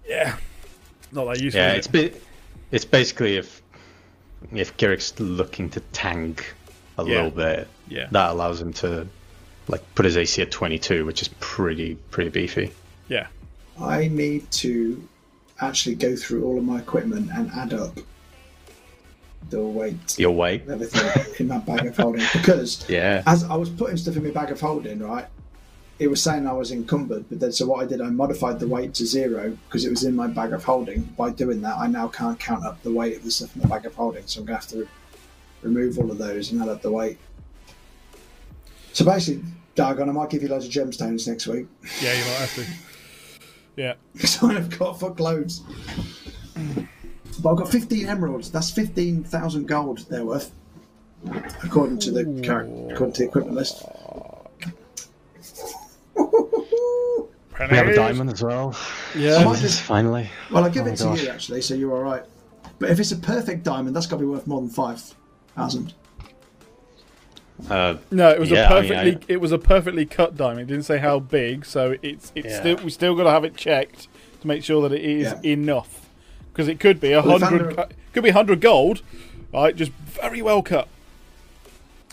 [SPEAKER 3] yeah, not that useful.
[SPEAKER 4] yeah,
[SPEAKER 3] is
[SPEAKER 4] it's
[SPEAKER 3] it?
[SPEAKER 4] ba- it's basically if if Kirik's looking to tank a
[SPEAKER 3] Yeah.
[SPEAKER 4] little bit,
[SPEAKER 3] Yeah.
[SPEAKER 4] that allows him to like put his AC at 22, which is pretty pretty beefy.
[SPEAKER 3] yeah.
[SPEAKER 2] I need to actually go through all of my equipment and add up the weight
[SPEAKER 4] Your weight,
[SPEAKER 2] of everything in my bag of holding because
[SPEAKER 4] yeah,
[SPEAKER 2] as I was putting stuff in my bag of holding, right, it was saying I was encumbered. But then, so what I did, I modified the weight to zero because it was in my bag of holding. By doing that, I now can't count up the weight of the stuff in the bag of holding. So I'm going to have to re- remove all of those and add up the weight. So basically, Dargon, I might give you loads of gemstones next week.
[SPEAKER 3] Yeah, you might have to. Yeah.
[SPEAKER 2] So I've got fuckloads. But I've got 15 emeralds. That's 15,000 gold they're worth, according to the character, according to the equipment list. well,
[SPEAKER 4] we have a diamond as well.
[SPEAKER 3] Yeah.
[SPEAKER 2] might just-
[SPEAKER 4] finally.
[SPEAKER 2] I give
[SPEAKER 4] Oh
[SPEAKER 2] it to
[SPEAKER 4] my
[SPEAKER 2] you
[SPEAKER 4] gosh.
[SPEAKER 2] actually, so you're all right. But if it's a perfect diamond, that's got to be worth more than five thousand.
[SPEAKER 4] Uh,
[SPEAKER 3] No, it was
[SPEAKER 4] Yeah,
[SPEAKER 3] a
[SPEAKER 4] I mean,
[SPEAKER 3] perfectly it was a perfectly cut diamond. It didn't say how big, so it's it's
[SPEAKER 4] Yeah.
[SPEAKER 3] still we still got to have it checked to make sure that it is
[SPEAKER 2] Yeah.
[SPEAKER 3] enough because it could be a
[SPEAKER 2] Well, if
[SPEAKER 3] hundred,
[SPEAKER 2] under-
[SPEAKER 3] could be a hundred gold, right? Just very well cut.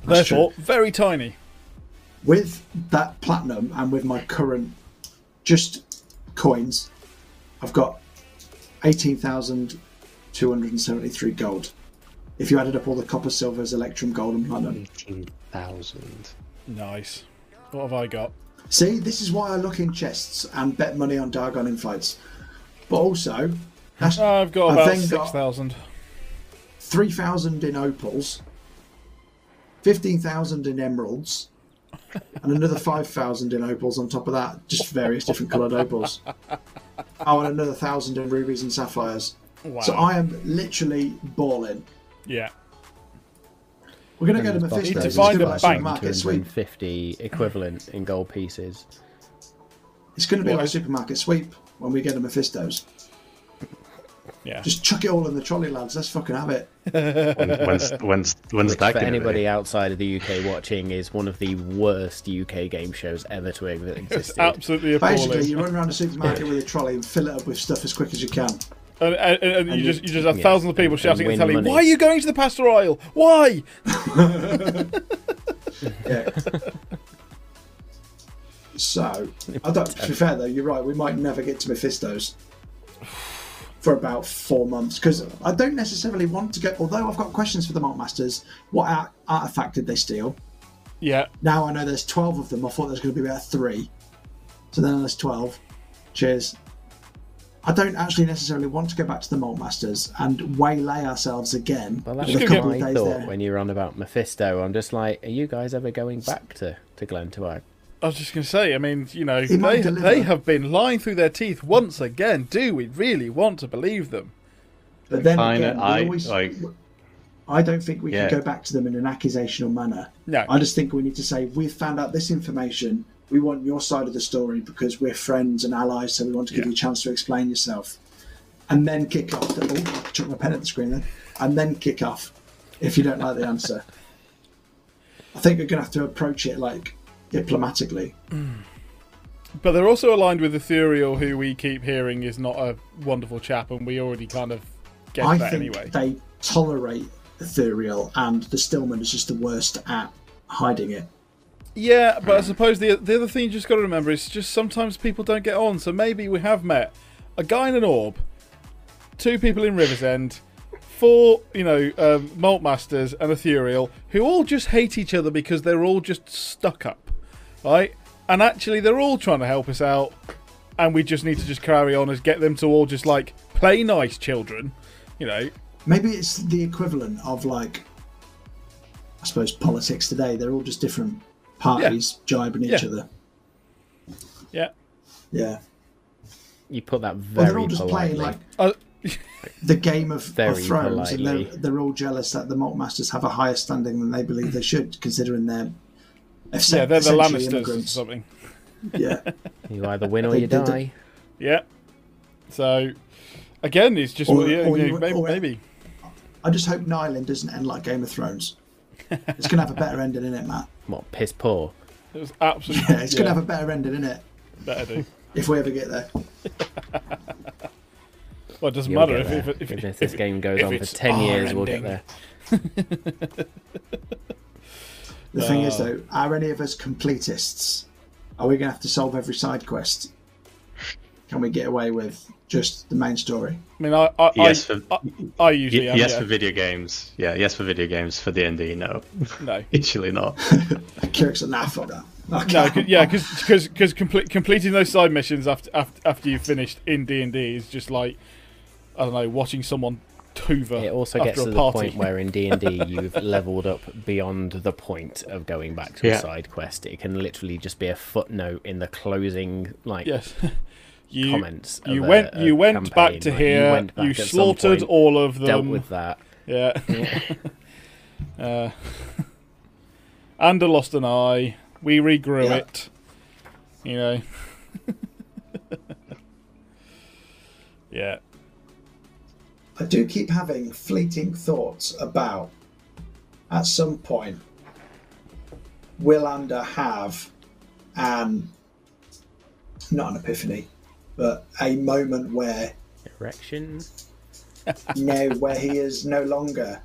[SPEAKER 2] That's true.
[SPEAKER 3] Therefore, very tiny.
[SPEAKER 2] With that platinum and with my current just coins, I've got eighteen thousand two hundred and seventy-three gold. If you added up all the copper, silvers, electrum, gold, and platinum,
[SPEAKER 4] eighteen thousand.
[SPEAKER 3] Nice. What have I got?
[SPEAKER 2] See, this is why I look in chests and bet money on Dargon in fights. But also, that's
[SPEAKER 3] I've got
[SPEAKER 2] I've
[SPEAKER 3] about
[SPEAKER 2] then got-
[SPEAKER 3] six thousand.
[SPEAKER 2] 3,000 in opals, 15,000 in emeralds, and another 5,000 in opals on top of that, just various different coloured opals. Oh, and another 1,000 in rubies and sapphires.
[SPEAKER 3] Wow.
[SPEAKER 2] So I am literally balling.
[SPEAKER 3] yeah.
[SPEAKER 2] We're going to go to
[SPEAKER 1] There's
[SPEAKER 2] Mephisto.
[SPEAKER 3] Need to
[SPEAKER 2] He's
[SPEAKER 3] find
[SPEAKER 2] gonna
[SPEAKER 3] a
[SPEAKER 2] buy some
[SPEAKER 3] bank
[SPEAKER 2] Market sweep.
[SPEAKER 1] 250 equivalent in gold pieces.
[SPEAKER 2] It's going to be like supermarket sweep when we get to Mephisto's.
[SPEAKER 3] Yeah.
[SPEAKER 2] Just chuck it all in the trolley, lads. Let's fucking have it.
[SPEAKER 4] When's when's when's that
[SPEAKER 1] For
[SPEAKER 4] gonna
[SPEAKER 1] anybody
[SPEAKER 4] be?
[SPEAKER 1] outside of the UK watching, is one of the worst UK game shows ever to have existed.
[SPEAKER 3] Absolutely
[SPEAKER 2] Basically,
[SPEAKER 3] appalling.
[SPEAKER 2] you run around a supermarket with a trolley and fill it up with stuff as quick as you can.
[SPEAKER 3] And, and, and, you just you just have
[SPEAKER 1] yeah,
[SPEAKER 3] thousands of people
[SPEAKER 1] and- and
[SPEAKER 3] shouting at
[SPEAKER 1] win
[SPEAKER 3] the telly.
[SPEAKER 1] money.
[SPEAKER 3] Why are you going to the pastoral aisle? Why?
[SPEAKER 2] Yeah. so, I don't. To be fair though, you're right. We might never get to Mephisto's for about four months because I don't necessarily want to go. Although I've got questions for the Malt Masters. What art- artifact did they steal?
[SPEAKER 3] Yeah.
[SPEAKER 2] Now I know there's twelve of them. I thought there's going to be about three. So then there's twelve. Cheers. I don't actually necessarily want to go back to the Malt Masters and waylay ourselves again.
[SPEAKER 1] Well, that
[SPEAKER 2] with
[SPEAKER 1] was
[SPEAKER 2] a
[SPEAKER 3] gonna
[SPEAKER 2] couple of
[SPEAKER 1] my
[SPEAKER 2] days
[SPEAKER 1] thought
[SPEAKER 2] there.
[SPEAKER 1] when you were on about Mephisto. I'm just like, are you guys ever going back to, to Glen Toward?
[SPEAKER 3] I was just going to say, I mean, you know,
[SPEAKER 2] He might
[SPEAKER 3] they,
[SPEAKER 2] deliver.
[SPEAKER 3] they have been lying through their teeth once again. Do we really want to believe them?
[SPEAKER 2] But then
[SPEAKER 4] Fine,
[SPEAKER 2] again, we
[SPEAKER 4] I-
[SPEAKER 2] always,
[SPEAKER 4] like-
[SPEAKER 2] I don't think we
[SPEAKER 4] Yeah.
[SPEAKER 2] can go back to them in an accusational manner.
[SPEAKER 3] No.
[SPEAKER 2] I just think we need to say we've found out this information. We want your side of the story because we're friends and allies, so we want to give
[SPEAKER 3] Yeah.
[SPEAKER 2] you a chance to explain yourself, and then kick off. The, oh, chuck my pen at the screen then, and then kick off if you don't like the answer. I think we're going to have to approach it like diplomatically.
[SPEAKER 3] But they're also aligned with Ethereal, who we keep hearing is not a wonderful chap, and we already kind of get
[SPEAKER 2] I
[SPEAKER 3] that
[SPEAKER 2] think
[SPEAKER 3] anyway.
[SPEAKER 2] they tolerate ethereal, and the Stillman is just the worst at hiding it.
[SPEAKER 3] Yeah, but I suppose the the other thing you just got to remember is just sometimes people don't get on. So maybe we have met a guy in an orb, two people in Riversend, four you know um, malt masters and Ethereal who all just hate each other because they're all just stuck up, right? And actually, they're all trying to help us out, and we just need to just carry on and get them to all just like play nice children, you know?
[SPEAKER 2] Maybe it's the equivalent of like, I suppose politics today. They're all just different parties jibing each
[SPEAKER 3] Yeah.
[SPEAKER 2] other.
[SPEAKER 3] Yeah.
[SPEAKER 2] Yeah,
[SPEAKER 1] You put that
[SPEAKER 2] well,
[SPEAKER 1] very
[SPEAKER 2] they're all just
[SPEAKER 1] politely.
[SPEAKER 2] playing like
[SPEAKER 3] Uh,
[SPEAKER 2] the game of, of
[SPEAKER 1] Very
[SPEAKER 2] Thrones, and
[SPEAKER 1] politely.
[SPEAKER 2] they're, they're all jealous that the Maltmasters have a higher standing than they believe they should, considering they're essen-
[SPEAKER 3] yeah, they're the
[SPEAKER 2] essentially
[SPEAKER 3] Lannisters or
[SPEAKER 2] immigrants.
[SPEAKER 3] something.
[SPEAKER 2] Yeah,
[SPEAKER 1] You either win or
[SPEAKER 2] They-
[SPEAKER 1] you
[SPEAKER 2] they- they-
[SPEAKER 1] die.
[SPEAKER 3] Yeah. So again, it's just
[SPEAKER 2] Or-
[SPEAKER 3] yeah,
[SPEAKER 2] or
[SPEAKER 3] yeah,
[SPEAKER 2] you-
[SPEAKER 3] maybe,
[SPEAKER 2] or-
[SPEAKER 3] maybe.
[SPEAKER 2] I just hope Nyland doesn't end like Game of Thrones. It's gonna have a better ending in it, Matt.
[SPEAKER 1] What piss poor.
[SPEAKER 3] it was absolutely
[SPEAKER 2] Yeah, it's gonna
[SPEAKER 3] yeah,
[SPEAKER 2] have a better ending in it
[SPEAKER 3] better do.
[SPEAKER 2] if we ever get there.
[SPEAKER 3] Well, it doesn't
[SPEAKER 1] You'll
[SPEAKER 3] matter
[SPEAKER 1] get
[SPEAKER 3] if,
[SPEAKER 1] there.
[SPEAKER 3] if, if,
[SPEAKER 1] Even if
[SPEAKER 3] if,
[SPEAKER 1] this game goes
[SPEAKER 3] if
[SPEAKER 1] on for
[SPEAKER 3] it's
[SPEAKER 1] ten years, we'll get
[SPEAKER 3] R-ending.
[SPEAKER 1] there.
[SPEAKER 2] The thing is, though, are any of us completists? Are we gonna have to solve every side quest? Can we get away with just the main story?
[SPEAKER 3] I mean, I I,
[SPEAKER 4] Yes,
[SPEAKER 3] I,
[SPEAKER 4] for-
[SPEAKER 3] I, I usually
[SPEAKER 4] Y-
[SPEAKER 3] am.
[SPEAKER 4] yes
[SPEAKER 3] yeah.
[SPEAKER 4] for video games. Yeah, yes for video games. For D and D, no,
[SPEAKER 3] no.
[SPEAKER 4] usually not.
[SPEAKER 2] Kirk's like, nah, fuck that. Okay.
[SPEAKER 3] No, 'cause- yeah, because because complete, completing those side missions after after, after you've finished in D and D is just like I don't know, watching someone hoover.
[SPEAKER 1] It also
[SPEAKER 3] after
[SPEAKER 1] gets
[SPEAKER 3] a
[SPEAKER 1] to the
[SPEAKER 3] party.
[SPEAKER 1] point where in D and D you've leveled up beyond the point of going back to a
[SPEAKER 4] Yeah.
[SPEAKER 1] side quest. It can literally just be a footnote in the closing, like
[SPEAKER 3] yes, you
[SPEAKER 1] comments.
[SPEAKER 3] you
[SPEAKER 1] of a-
[SPEAKER 3] went
[SPEAKER 1] a
[SPEAKER 3] you went back
[SPEAKER 1] campaign,
[SPEAKER 3] to
[SPEAKER 1] like,
[SPEAKER 3] here. You,
[SPEAKER 1] went back at some
[SPEAKER 3] slaughtered
[SPEAKER 1] point,
[SPEAKER 3] all of them.
[SPEAKER 1] Dealt with that.
[SPEAKER 3] Yeah. uh, Ander lost an eye. We regrew
[SPEAKER 2] Yeah.
[SPEAKER 3] it. You know. yeah.
[SPEAKER 2] I do keep having fleeting thoughts about at some point will Ander have an not an epiphany, but a moment where
[SPEAKER 1] Erection.
[SPEAKER 2] no where he is no longer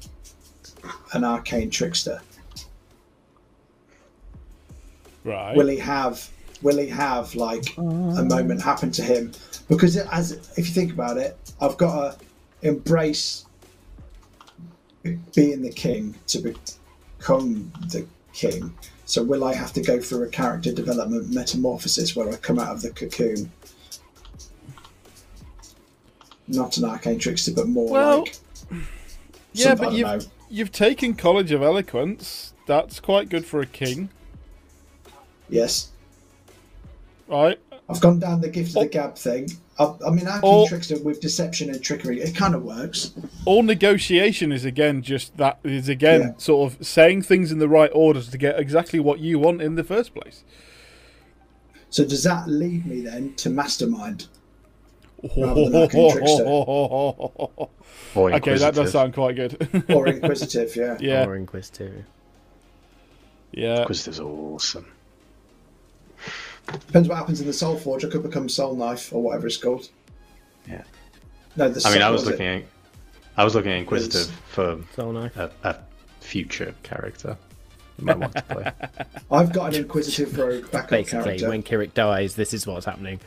[SPEAKER 2] an arcane trickster.
[SPEAKER 3] Right.
[SPEAKER 2] Will he have will he have like a moment happen to him? Because it, as if you think about it, I've got to embrace being the king to become the king. So will I have to go through a character development metamorphosis where I come out of the cocoon? Not an arcane trickster, but more
[SPEAKER 3] Well,
[SPEAKER 2] like
[SPEAKER 3] yeah,
[SPEAKER 2] some- I
[SPEAKER 3] but
[SPEAKER 2] don't
[SPEAKER 3] you've
[SPEAKER 2] know.
[SPEAKER 3] you've taken College of Eloquence. That's quite good for a king,
[SPEAKER 2] yes.
[SPEAKER 3] right?
[SPEAKER 2] I've gone down the gift of the gab thing. I, I mean, arcane
[SPEAKER 3] Oh.
[SPEAKER 2] trickster with deception and trickery. It kind of works.
[SPEAKER 3] All negotiation is again just that is again
[SPEAKER 2] Yeah.
[SPEAKER 3] sort of saying things in the right order to get exactly what you want in the first place.
[SPEAKER 2] So does that lead me then to mastermind? Rather than arcane trickster.
[SPEAKER 4] Or
[SPEAKER 3] Okay, that does
[SPEAKER 4] inquisitive.
[SPEAKER 3] sound quite good.
[SPEAKER 2] Or inquisitive, yeah.
[SPEAKER 3] yeah,
[SPEAKER 1] Or Inquisitor.
[SPEAKER 3] yeah.
[SPEAKER 4] Inquisitive's awesome.
[SPEAKER 2] Depends what happens in the Soul Forge. I could become Soul Knife or whatever it's called.
[SPEAKER 4] Yeah.
[SPEAKER 2] No, the
[SPEAKER 4] I mean,
[SPEAKER 2] Soul-
[SPEAKER 4] I was
[SPEAKER 2] what it?
[SPEAKER 4] looking at, I was looking at inquisitive for
[SPEAKER 1] Soul knife.
[SPEAKER 4] a, a future character. You might want to play.
[SPEAKER 2] I've got an inquisitive rogue backup
[SPEAKER 1] Basically,
[SPEAKER 2] character.
[SPEAKER 1] when Kirik dies, this is what's happening.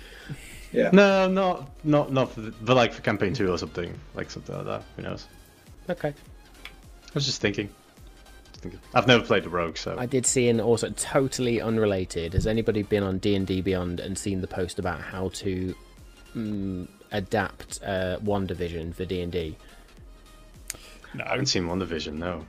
[SPEAKER 2] Yeah.
[SPEAKER 4] No, not not not for the, but like for campaign two or something, like something like that. Who knows?
[SPEAKER 1] Okay.
[SPEAKER 4] I was just thinking. Just thinking. I've never played a rogue, so
[SPEAKER 1] I did see an also totally unrelated. Has anybody been on D and D Beyond and seen the post about how to mm, adapt uh, One Division for D and D?
[SPEAKER 4] I haven't seen one division. No,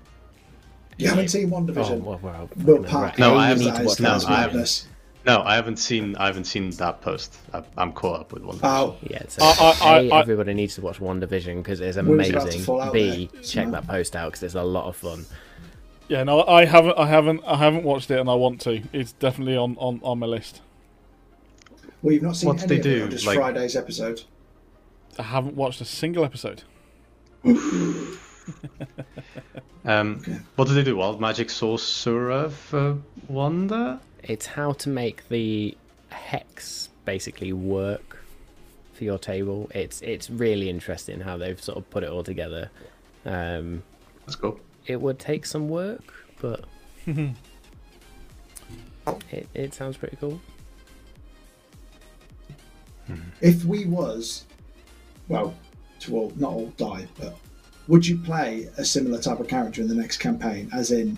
[SPEAKER 2] You haven't seen One
[SPEAKER 1] Oh,
[SPEAKER 2] Division.
[SPEAKER 1] well, well,
[SPEAKER 2] Will
[SPEAKER 1] fucking
[SPEAKER 2] Park.
[SPEAKER 1] right.
[SPEAKER 4] No, I haven't.
[SPEAKER 2] That is-
[SPEAKER 4] No,
[SPEAKER 2] that is
[SPEAKER 4] I haven't.
[SPEAKER 2] madness.
[SPEAKER 4] no, I haven't seen. I haven't seen that post. I, I'm caught up with one. Division.
[SPEAKER 2] Oh,
[SPEAKER 1] Yeah, so
[SPEAKER 3] I- I-
[SPEAKER 1] A,
[SPEAKER 3] I- I-
[SPEAKER 1] everybody needs to watch One Division because it's
[SPEAKER 2] We're just about to
[SPEAKER 1] amazing.
[SPEAKER 2] fall out
[SPEAKER 1] B,
[SPEAKER 2] there.
[SPEAKER 1] check that post out because it's a lot of fun.
[SPEAKER 3] Yeah, no, I haven't, I haven't, I haven't watched it, and I want to. It's definitely on on, on my list.
[SPEAKER 2] well, you've not seen
[SPEAKER 4] What
[SPEAKER 2] any
[SPEAKER 4] do they
[SPEAKER 2] of it
[SPEAKER 4] do?
[SPEAKER 2] on just
[SPEAKER 4] Like-
[SPEAKER 2] Friday's episode.
[SPEAKER 3] I haven't watched a single episode.
[SPEAKER 2] Oh,
[SPEAKER 4] Um, what do they do? Wild magic sorcerer for wonder?
[SPEAKER 1] It's how to make the hex basically work for your table. It's it's really interesting how they've sort of put it all together. Um,
[SPEAKER 4] That's cool.
[SPEAKER 1] it would take some work, but it, it sounds pretty cool.
[SPEAKER 2] If we was, well, to all not all die, but would you play a similar type of character in the next campaign? As in,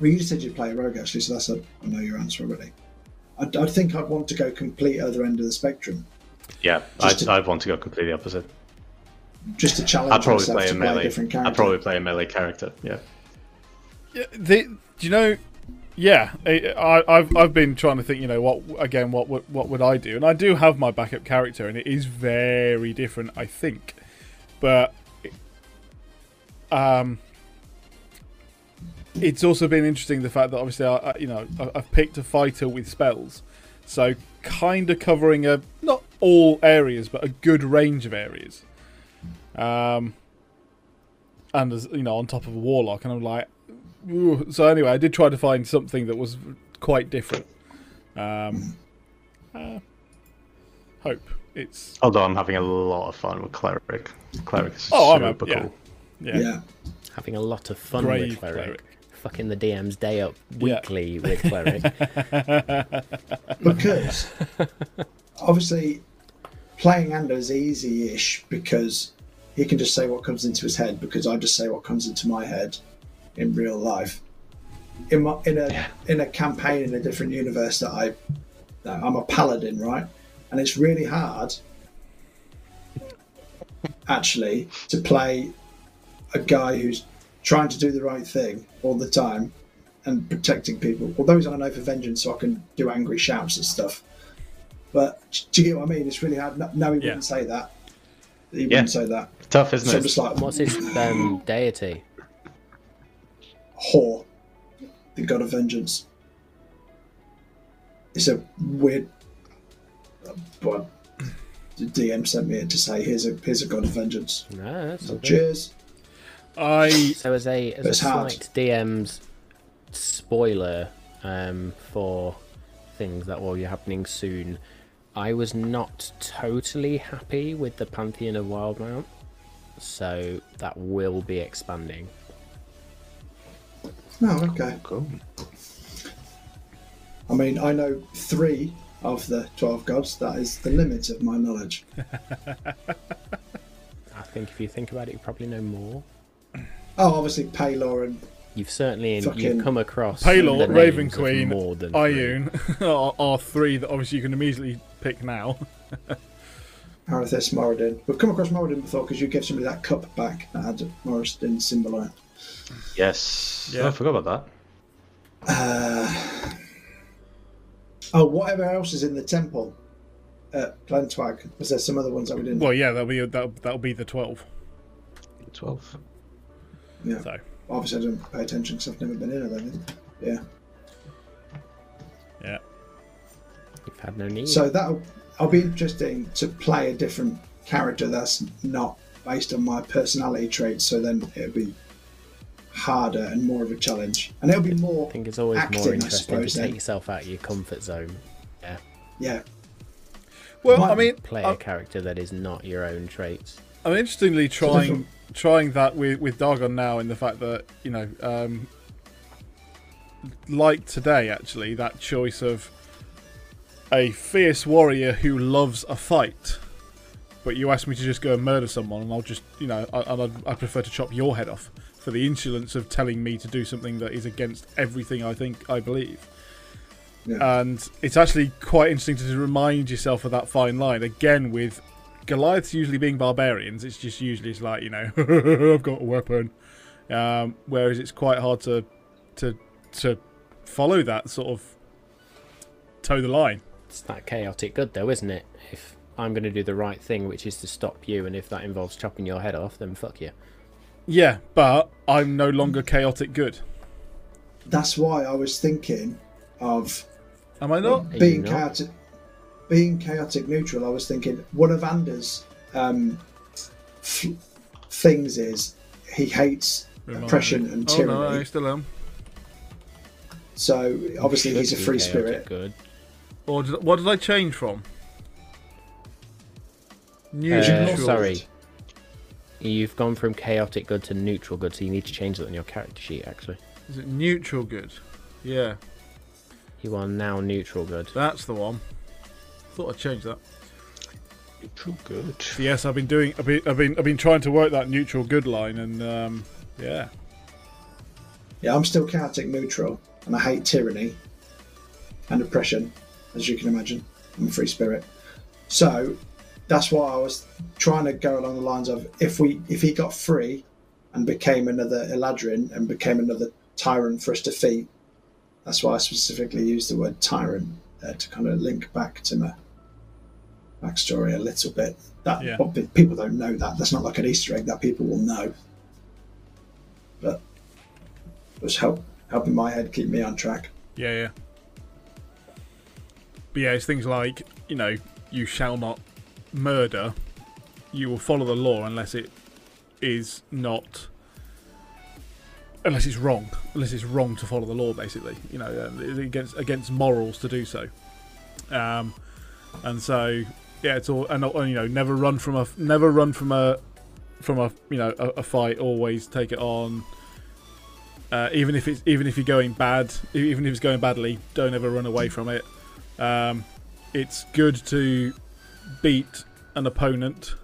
[SPEAKER 2] well, you said you'd play a rogue actually, so that's a I know your answer already. I'd, I'd think I'd want to go complete other end of the spectrum,
[SPEAKER 4] Yeah,
[SPEAKER 2] Just
[SPEAKER 4] I'd,
[SPEAKER 2] to-
[SPEAKER 4] I'd want to go completely opposite.
[SPEAKER 2] just to challenge
[SPEAKER 4] I'd probably
[SPEAKER 2] myself
[SPEAKER 4] play a
[SPEAKER 2] to play a
[SPEAKER 4] melee.
[SPEAKER 2] different character.
[SPEAKER 4] I'd probably play a melee character. Yeah.
[SPEAKER 3] Yeah, the, do you know? Yeah, I, I, I've I've been trying to think. You know what? Again, what would what would I do? And I do have my backup character, and it is very different, I think. But um, it's also been interesting the fact that obviously I, I you know I- I've picked a fighter with spells, so kind of covering a not all areas, but a good range of areas. Um, and as you know, on top of a warlock, and I'm like, Ooh, so anyway, I did try to find something that was quite different. Um, uh, hope it's
[SPEAKER 4] Although I'm having a lot of fun with cleric. Cleric is
[SPEAKER 3] Oh, I'm a-
[SPEAKER 4] super
[SPEAKER 3] yeah.
[SPEAKER 4] cool.
[SPEAKER 3] yeah,
[SPEAKER 2] yeah.
[SPEAKER 1] Having a lot of fun
[SPEAKER 3] brave
[SPEAKER 1] with cleric.
[SPEAKER 3] cleric.
[SPEAKER 1] Fucking the DM's day up
[SPEAKER 3] Yeah.
[SPEAKER 1] weekly with cleric.
[SPEAKER 2] because obviously playing Ando is easy-ish because he can just say what comes into his head because I just say what comes into my head in real life. In my, in a in a campaign in a different universe that I that I'm a paladin, right? And it's really hard actually to play a guy who's trying to do the right thing all the time and protecting people. Well, those I know for vengeance, so I can do angry shouts and stuff. But do you get what I mean? It's really hard. No, no he
[SPEAKER 3] Yeah.
[SPEAKER 2] wouldn't say that. He
[SPEAKER 4] Yeah.
[SPEAKER 2] wouldn't say that.
[SPEAKER 4] Tough, isn't
[SPEAKER 2] So I'm
[SPEAKER 4] it?
[SPEAKER 2] just like
[SPEAKER 1] What's his um, deity?
[SPEAKER 2] whore, the god of vengeance. It's a weird. But the DM sent me it to say, "Here's a here's a god of vengeance."
[SPEAKER 1] No, that's
[SPEAKER 2] So
[SPEAKER 1] all good.
[SPEAKER 2] cheers.
[SPEAKER 3] I
[SPEAKER 1] So as a as a
[SPEAKER 2] It's hard.
[SPEAKER 1] slight DM's spoiler um, for things that will be happening soon, I was not totally happy with the Pantheon of Wildmount, so that will be expanding.
[SPEAKER 2] Oh, okay.
[SPEAKER 4] Cool.
[SPEAKER 2] I mean, I know three of the twelve gods. That is the limit of my knowledge.
[SPEAKER 1] I think if you think about it, you probably know more.
[SPEAKER 2] Oh, obviously, Palor and
[SPEAKER 1] You've certainly
[SPEAKER 2] Fucking-
[SPEAKER 1] you've come across
[SPEAKER 3] Palor,
[SPEAKER 1] the names
[SPEAKER 3] Raven
[SPEAKER 1] of
[SPEAKER 3] Queen,
[SPEAKER 1] more than three.
[SPEAKER 3] Ayun are, are three that obviously you can immediately pick now.
[SPEAKER 2] Arathis Moradin. We've come across Moradin before because you gave somebody that cup back that had Moradin symbol on it.
[SPEAKER 4] Yes.
[SPEAKER 3] Yeah.
[SPEAKER 4] Oh, I forgot about that.
[SPEAKER 2] Oh, whatever else is in the temple at Glentwag. Was there some other ones that we didn't?
[SPEAKER 3] Well, yeah, that'll be that'll, that'll be the twelve.
[SPEAKER 4] Twelve.
[SPEAKER 2] yeah.
[SPEAKER 3] So
[SPEAKER 2] Obviously, I didn't pay attention because I've never been in it. I think. Yeah.
[SPEAKER 3] yeah,
[SPEAKER 1] You've had no need.
[SPEAKER 2] So that'll I'll be interesting to play a different character that's not based on my personality traits. So then it'll be harder and more of a challenge, and it'll be more.
[SPEAKER 1] I think it's always
[SPEAKER 2] acting,
[SPEAKER 1] more
[SPEAKER 2] I
[SPEAKER 1] interesting to
[SPEAKER 2] suppose, then.
[SPEAKER 1] take yourself out of your comfort zone. Yeah.
[SPEAKER 2] Yeah.
[SPEAKER 3] well,
[SPEAKER 2] Might
[SPEAKER 3] I mean,
[SPEAKER 1] play
[SPEAKER 3] I-
[SPEAKER 1] a character that is not your own traits.
[SPEAKER 3] I'm interestingly trying
[SPEAKER 2] different-
[SPEAKER 3] trying that with with Dargon now, in the fact that you know, um, like today actually, that choice of a fierce warrior who loves a fight, but you ask me to just go and murder someone, and I'll just you know, I, and I'd, I'd prefer to chop your head off for the insolence of telling me to do something that is against everything I think I believe
[SPEAKER 2] Yeah.
[SPEAKER 3] and it's actually quite interesting to remind yourself of that fine line again with Goliaths usually being barbarians it's just usually it's like you know I've got a weapon um, whereas it's quite hard to to to follow that sort of toe the line
[SPEAKER 1] It's that chaotic good, though, isn't it? If I'm going to do the right thing, which is to stop you, and if that involves chopping your head off, then fuck you.
[SPEAKER 3] yeah but I'm no longer chaotic good
[SPEAKER 2] That's why I was thinking of
[SPEAKER 3] am I not Oh,
[SPEAKER 1] Are you
[SPEAKER 2] being
[SPEAKER 1] not?
[SPEAKER 2] chaotic, being chaotic neutral, I was thinking one of Anders' um, f- things is he hates oppression and tyranny.
[SPEAKER 3] oh no I still am
[SPEAKER 2] So obviously
[SPEAKER 1] Should
[SPEAKER 2] he's a
[SPEAKER 1] be
[SPEAKER 2] free
[SPEAKER 1] chaotic
[SPEAKER 2] spirit.
[SPEAKER 1] Good.
[SPEAKER 3] or did, what did I change from
[SPEAKER 1] Uh,
[SPEAKER 3] neutral
[SPEAKER 1] sorry, You've gone from chaotic good to neutral good, so you need to change that on your character sheet. Actually,
[SPEAKER 3] Is it neutral good? Yeah,
[SPEAKER 1] you are now neutral good.
[SPEAKER 3] that's the one. Thought I'd change that.
[SPEAKER 4] Too good.
[SPEAKER 3] So yes, I've been doing. I've been. I've been. I've been trying to work that neutral good line, and um, yeah,
[SPEAKER 2] Yeah, I'm still chaotic neutral, and I hate tyranny and oppression, as you can imagine. I'm a free spirit. So that's why I was trying to go along the lines of if we if he got free and became another Eladrin and became another tyrant for us to defeat, that's why I specifically used the word tyrant uh, to kind of link back to my backstory a little bit. That
[SPEAKER 3] Yeah.
[SPEAKER 2] but people don't know that. That's not like an Easter egg that people will know. But it was help helping my head keep me on track.
[SPEAKER 3] yeah, yeah. But yeah, it's things like you know, you shall not murder. You will follow the law unless it is not. Unless it's wrong, unless it's wrong to follow the law, basically, you know, um, it- against against morals to do so, um, and so yeah, it's all and uh, you know, never run from a never run from a from a you know a, a fight. Always take it on. Uh, even if it's even if you're going bad, e- even if it's going badly, don't ever run away from it. Um, it's good to beat an opponent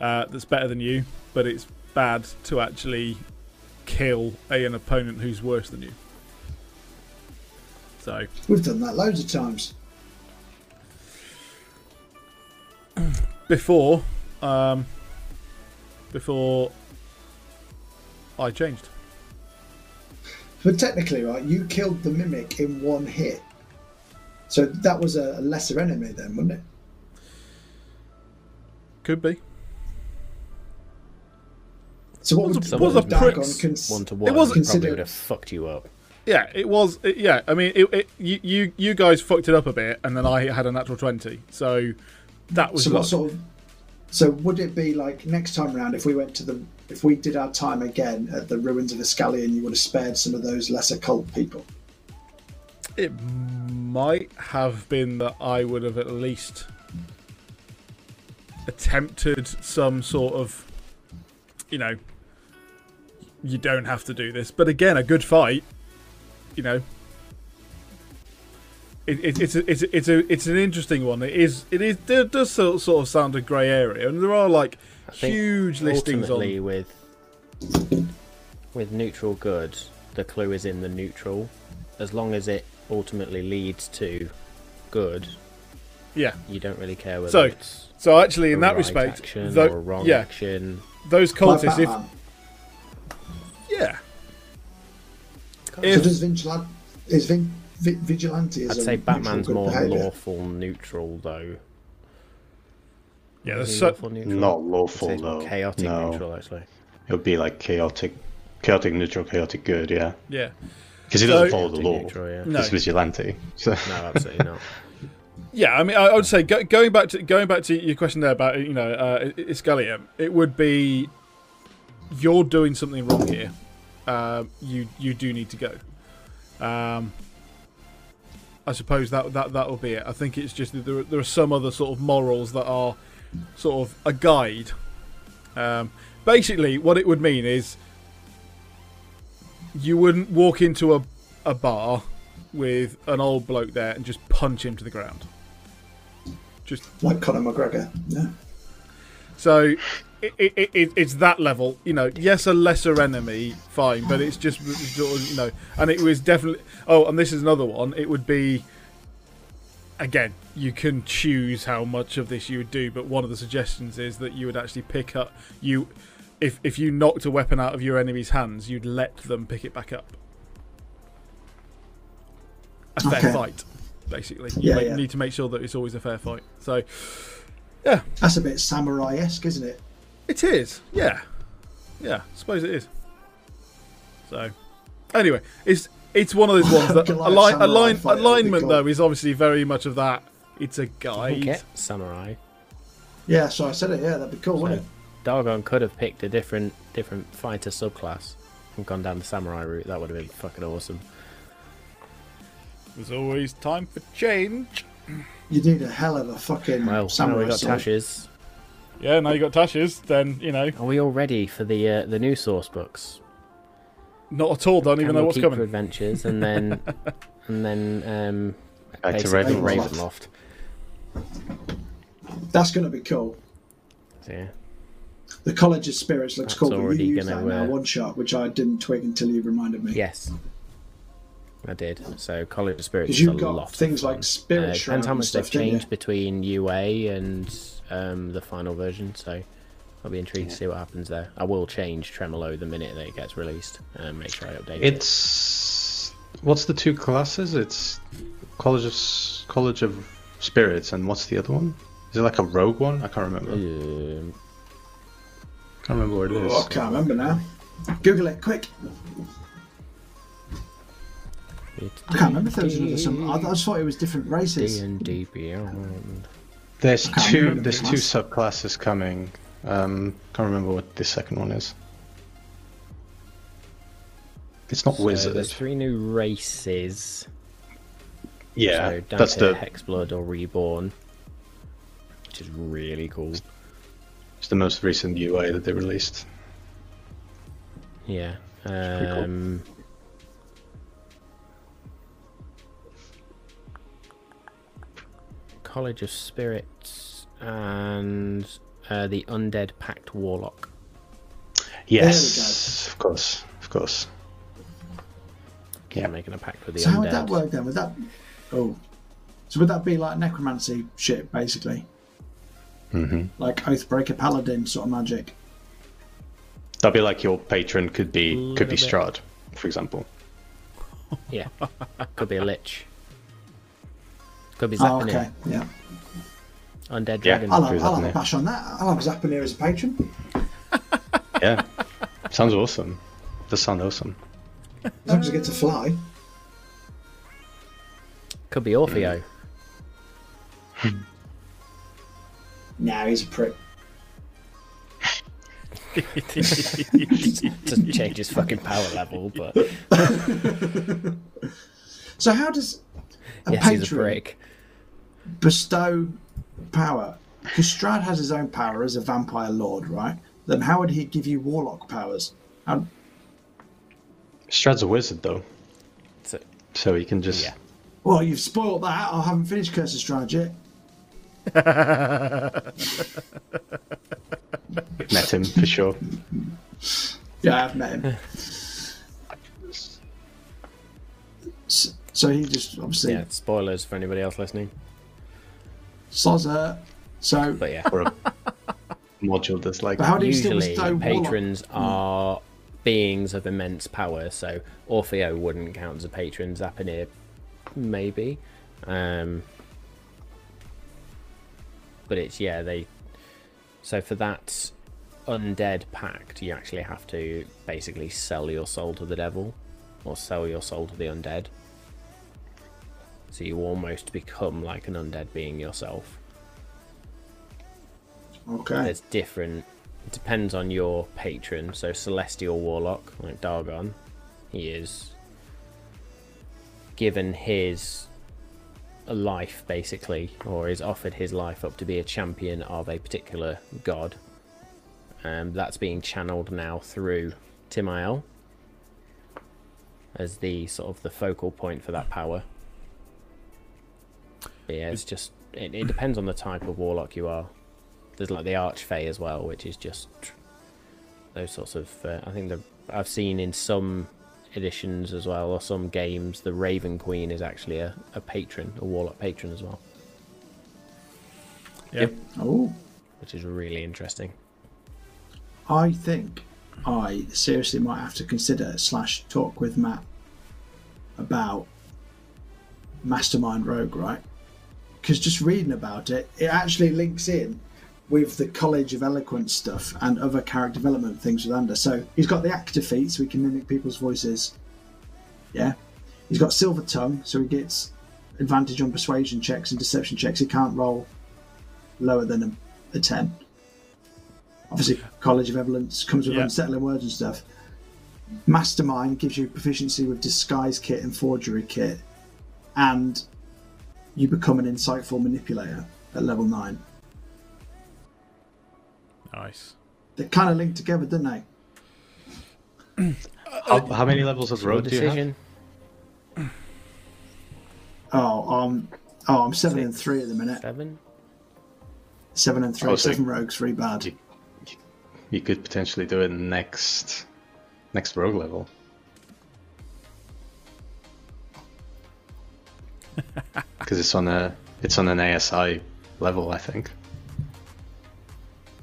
[SPEAKER 3] uh, that's better than you, but it's bad to actually kill a, an opponent who's worse than you. So
[SPEAKER 2] We've done that loads of times.
[SPEAKER 3] before, um, before I changed.
[SPEAKER 2] But technically, right, you killed the mimic in one hit. So that was a a lesser enemy then, wasn't it?
[SPEAKER 3] Could be.
[SPEAKER 2] So what
[SPEAKER 3] Was
[SPEAKER 2] would,
[SPEAKER 3] a-
[SPEAKER 2] what
[SPEAKER 3] was
[SPEAKER 2] would
[SPEAKER 3] a prick.
[SPEAKER 2] Dagon cons-
[SPEAKER 1] One to one,
[SPEAKER 3] wasn't
[SPEAKER 1] probably
[SPEAKER 2] considered-
[SPEAKER 1] would have fucked you up.
[SPEAKER 3] Yeah, it was. It, yeah, I mean, it, it, you, you you guys fucked it up a bit, and then I had a natural twenty, so that was
[SPEAKER 2] So what
[SPEAKER 3] luck.
[SPEAKER 2] sort of? So would it be like next time round if we went to the if we did our time again at the ruins of Iscalion, you would have spared some of those lesser cult people?
[SPEAKER 3] it might have been that I would have at least attempted some sort of, you know, you don't have to do this. But again, a good fight, you know. It, it, it's a, it's a, it's a, it's an interesting one. It is it is it does sort sort of sound a grey area, and there are like
[SPEAKER 1] I think
[SPEAKER 3] huge listings on
[SPEAKER 1] ultimately with with neutral good the clue is in the neutral as long as it ultimately leads to good
[SPEAKER 3] yeah.
[SPEAKER 1] you don't really care whether
[SPEAKER 3] So,
[SPEAKER 1] it's
[SPEAKER 3] So actually, in
[SPEAKER 1] a
[SPEAKER 3] that
[SPEAKER 1] right
[SPEAKER 3] respect,
[SPEAKER 1] action
[SPEAKER 3] tho-
[SPEAKER 1] or a wrong
[SPEAKER 3] yeah,
[SPEAKER 1] action
[SPEAKER 3] those
[SPEAKER 2] Like
[SPEAKER 3] cultists, if
[SPEAKER 2] Batman.
[SPEAKER 3] yeah,
[SPEAKER 2] so
[SPEAKER 3] if
[SPEAKER 2] does vigilante is Vin, vi, vigilante?
[SPEAKER 1] I'd
[SPEAKER 2] is a
[SPEAKER 1] say
[SPEAKER 2] neutral
[SPEAKER 1] Batman's
[SPEAKER 2] good
[SPEAKER 1] more
[SPEAKER 2] behaviour?
[SPEAKER 1] lawful neutral though
[SPEAKER 3] yeah,
[SPEAKER 1] Is
[SPEAKER 3] there's
[SPEAKER 1] he
[SPEAKER 3] so,
[SPEAKER 1] lawful neutral?
[SPEAKER 4] Not
[SPEAKER 1] I'd say
[SPEAKER 4] lawful
[SPEAKER 1] it's more
[SPEAKER 4] though.
[SPEAKER 1] chaotic
[SPEAKER 4] no.
[SPEAKER 1] neutral actually
[SPEAKER 4] It would be like chaotic, chaotic neutral, chaotic good. Yeah,
[SPEAKER 3] yeah.
[SPEAKER 4] because he
[SPEAKER 3] So-
[SPEAKER 4] doesn't follow the
[SPEAKER 1] Chaotic
[SPEAKER 4] law.
[SPEAKER 1] neutral, yeah.
[SPEAKER 3] No.
[SPEAKER 4] He's vigilante. So
[SPEAKER 1] no absolutely not
[SPEAKER 3] Yeah, I mean, I, I would say go, going back to going back to your question there about you know uh, I- Iscalium, it would be you're doing something wrong here. Um, you you do need to go. Um, I suppose that that that will be it. I think it's just that there are- there are some other sort of morals that are sort of a guide. Um, basically, what it would mean is you wouldn't walk into a a bar with an old bloke there and just punch him to the ground. Just
[SPEAKER 2] like Conor McGregor. Yeah.
[SPEAKER 3] so it, it, it, it's that level, you know. Yes, a lesser enemy, fine, but it's just sort of, you know. And it was definitely. Oh, and this is another one. It would be. Again, you can choose how much of this you would do, but one of the suggestions is that you would actually pick up you. If, if you knocked a weapon out of your enemy's hands, you'd let them pick it back up. A fair
[SPEAKER 2] Okay.
[SPEAKER 3] fight, basically. You
[SPEAKER 2] Yeah,
[SPEAKER 3] ma-
[SPEAKER 2] yeah.
[SPEAKER 3] need to make sure that it's always a fair fight. So
[SPEAKER 2] That's a bit samurai esque, isn't it?
[SPEAKER 3] It is, yeah, yeah. I suppose it is. So, anyway, it's it's one of those ones that
[SPEAKER 2] Goliath
[SPEAKER 3] align,
[SPEAKER 2] Samurai
[SPEAKER 3] align,
[SPEAKER 2] fight, that'd be
[SPEAKER 3] alignment
[SPEAKER 2] cool.
[SPEAKER 3] though is obviously very much of that. It's a guide.
[SPEAKER 1] okay samurai
[SPEAKER 2] Yeah, so I said it. Yeah, that'd be cool, wouldn't it?
[SPEAKER 1] Dargon could have picked a different different fighter subclass and gone down the samurai route that would have been fucking awesome
[SPEAKER 3] There's always time for change.
[SPEAKER 2] You need a hell of a fucking
[SPEAKER 1] Well, now
[SPEAKER 2] samurai
[SPEAKER 1] we got
[SPEAKER 2] sword.
[SPEAKER 1] Tashes.
[SPEAKER 3] Yeah, now you got Tashes, then, you know,
[SPEAKER 1] Are we all ready for the uh, the new source books?
[SPEAKER 3] not at all, don't even
[SPEAKER 1] Can
[SPEAKER 3] know
[SPEAKER 1] we
[SPEAKER 3] what's
[SPEAKER 1] keep
[SPEAKER 3] coming.
[SPEAKER 1] For adventures, and then and then um,
[SPEAKER 4] Back to
[SPEAKER 1] basically
[SPEAKER 4] Ravenloft.
[SPEAKER 1] Ravenloft.
[SPEAKER 2] That's going to be cool.
[SPEAKER 1] So, yeah.
[SPEAKER 2] The College of Spirits looks
[SPEAKER 1] That's
[SPEAKER 2] cool, but
[SPEAKER 1] already
[SPEAKER 2] you used
[SPEAKER 1] gonna,
[SPEAKER 2] that in our
[SPEAKER 1] uh,
[SPEAKER 2] one shot, which I didn't twig until you reminded me.
[SPEAKER 1] Yes, I did. So College of Spirits.
[SPEAKER 2] Because
[SPEAKER 1] is a
[SPEAKER 2] you've got
[SPEAKER 1] lot of
[SPEAKER 2] things
[SPEAKER 1] fun.
[SPEAKER 2] like Spirit
[SPEAKER 1] Uh,
[SPEAKER 2] Shroud
[SPEAKER 1] depends how
[SPEAKER 2] and
[SPEAKER 1] much they've
[SPEAKER 2] stuff, didn't you?
[SPEAKER 1] changed between UA and um, the final version, so I'll be intrigued to see what happens there. I will change Tremolo the minute that it gets released and make sure I update it.
[SPEAKER 4] It's what's the two classes? It's College of S- College of Spirits, and what's the other one? Is it like a rogue one? I can't remember.
[SPEAKER 1] Um,
[SPEAKER 4] Can't remember where it is.
[SPEAKER 2] Oh, I can't remember now. Google it, quick.
[SPEAKER 1] it's
[SPEAKER 2] I can't remember if there was another something. I, I just thought it was different races.
[SPEAKER 1] D&D Beyond.
[SPEAKER 4] There's
[SPEAKER 2] can't
[SPEAKER 4] two.
[SPEAKER 2] remember the
[SPEAKER 4] There's two
[SPEAKER 2] class.
[SPEAKER 4] subclasses coming. Um, can't remember what the second one is. It's not
[SPEAKER 1] So
[SPEAKER 4] wizard.
[SPEAKER 1] there's three new races.
[SPEAKER 4] Yeah,
[SPEAKER 1] so Dante,
[SPEAKER 4] that's the
[SPEAKER 1] Hexblood or Reborn, which is really cool.
[SPEAKER 4] it's the most recent UI that they released.
[SPEAKER 1] Yeah.
[SPEAKER 4] pretty cool.
[SPEAKER 1] Um, College of Spirits and uh, the Undead Pact Warlock.
[SPEAKER 4] Yes, of course, of course.
[SPEAKER 1] Yeah,
[SPEAKER 4] Yeah.
[SPEAKER 1] making a pact with the
[SPEAKER 2] So how would
[SPEAKER 1] undead.
[SPEAKER 2] that work then? Would that? Oh, so would that be like necromancy shit, basically?
[SPEAKER 4] Mm-hmm.
[SPEAKER 2] Like Oathbreaker Paladin sort of magic.
[SPEAKER 4] That'd be like your patron could be could be
[SPEAKER 1] Little bit.
[SPEAKER 4] Strahd, for example.
[SPEAKER 1] Yeah, could be a lich. Could be
[SPEAKER 2] Oh,
[SPEAKER 1] Zappanir.
[SPEAKER 2] okay, yeah.
[SPEAKER 1] Undead
[SPEAKER 4] Yeah.
[SPEAKER 1] dragon.
[SPEAKER 2] I'll,
[SPEAKER 4] Who's
[SPEAKER 2] have- I'll have a
[SPEAKER 4] Zappanir?
[SPEAKER 2] bash on that. I'll have Zappanir as a patron.
[SPEAKER 4] Yeah, sounds awesome. Does sound awesome.
[SPEAKER 2] As long as I get to fly.
[SPEAKER 1] Could be Orfeo.
[SPEAKER 2] Nah, he's a prick. Mm.
[SPEAKER 1] Doesn't change his fucking power level, but
[SPEAKER 2] So how does a
[SPEAKER 1] yes, he's a
[SPEAKER 2] patron
[SPEAKER 1] brick.
[SPEAKER 2] bestow power? Because Strad has his own power as a vampire lord, right? Then how would he give you warlock powers? How,
[SPEAKER 4] Strad's a wizard though,
[SPEAKER 1] So,
[SPEAKER 4] so he can just
[SPEAKER 1] Yeah.
[SPEAKER 2] well, you've spoiled that. I haven't finished Curse of Strad yet.
[SPEAKER 4] met him for sure.
[SPEAKER 2] Yeah, I've met him. S- so he just obviously
[SPEAKER 1] yeah, spoilers for anybody else listening.
[SPEAKER 2] soz her. So,
[SPEAKER 1] But yeah.
[SPEAKER 4] Or a module that's like
[SPEAKER 2] but how do you still
[SPEAKER 1] usually
[SPEAKER 2] bestow warlock? Hmm.
[SPEAKER 1] patrons are beings of immense power so orfeo wouldn't count as a patron zappanir maybe um but it's yeah they so for that undead pact you actually have to basically sell your soul to the devil or sell your soul to the undead so you almost become like an undead being yourself
[SPEAKER 2] Okay.
[SPEAKER 1] there's different it depends on your patron so celestial warlock like dargon he is given his life basically or is offered his life up to be a champion of a particular god um, that's being channeled now through timael as the sort of the focal point for that power but yeah it's just it, it depends on the type of warlock you are there's like the archfey as well, which is just those sorts of. Uh, I think the I've seen in some editions as well or some games the Raven Queen is actually a, a patron, a warlock patron as well,
[SPEAKER 3] Yeah.
[SPEAKER 2] Oh,
[SPEAKER 1] which is really interesting.
[SPEAKER 2] I think I seriously might have to consider slash talk with Matt about Mastermind Rogue, right? Because just reading about it, it actually links in with the College of Eloquence stuff and other character development things with Under. So he's got the actor feat, so he can mimic people's voices. Yeah. He's got Silver Tongue, so he gets advantage on persuasion checks and deception checks. He can't roll lower than a, a 10. Obviously, College of Evidence comes with
[SPEAKER 3] Yeah.
[SPEAKER 2] unsettling words and stuff. Mastermind gives you proficiency with disguise kit and forgery kit, and you become an insightful manipulator at level 9.
[SPEAKER 3] Nice.
[SPEAKER 2] They kind of linked together, didn't they?
[SPEAKER 4] How, how many levels of road do you have?
[SPEAKER 1] decision.
[SPEAKER 2] Oh, um, oh, I'm seven and three at the minute.
[SPEAKER 1] Seven.
[SPEAKER 2] Seven and three,
[SPEAKER 4] Oh,
[SPEAKER 2] seven
[SPEAKER 4] so-
[SPEAKER 2] rogues, three bad.
[SPEAKER 4] Do- You could potentially do it next next rogue level. Because it's on a it's on an ASI level, I think.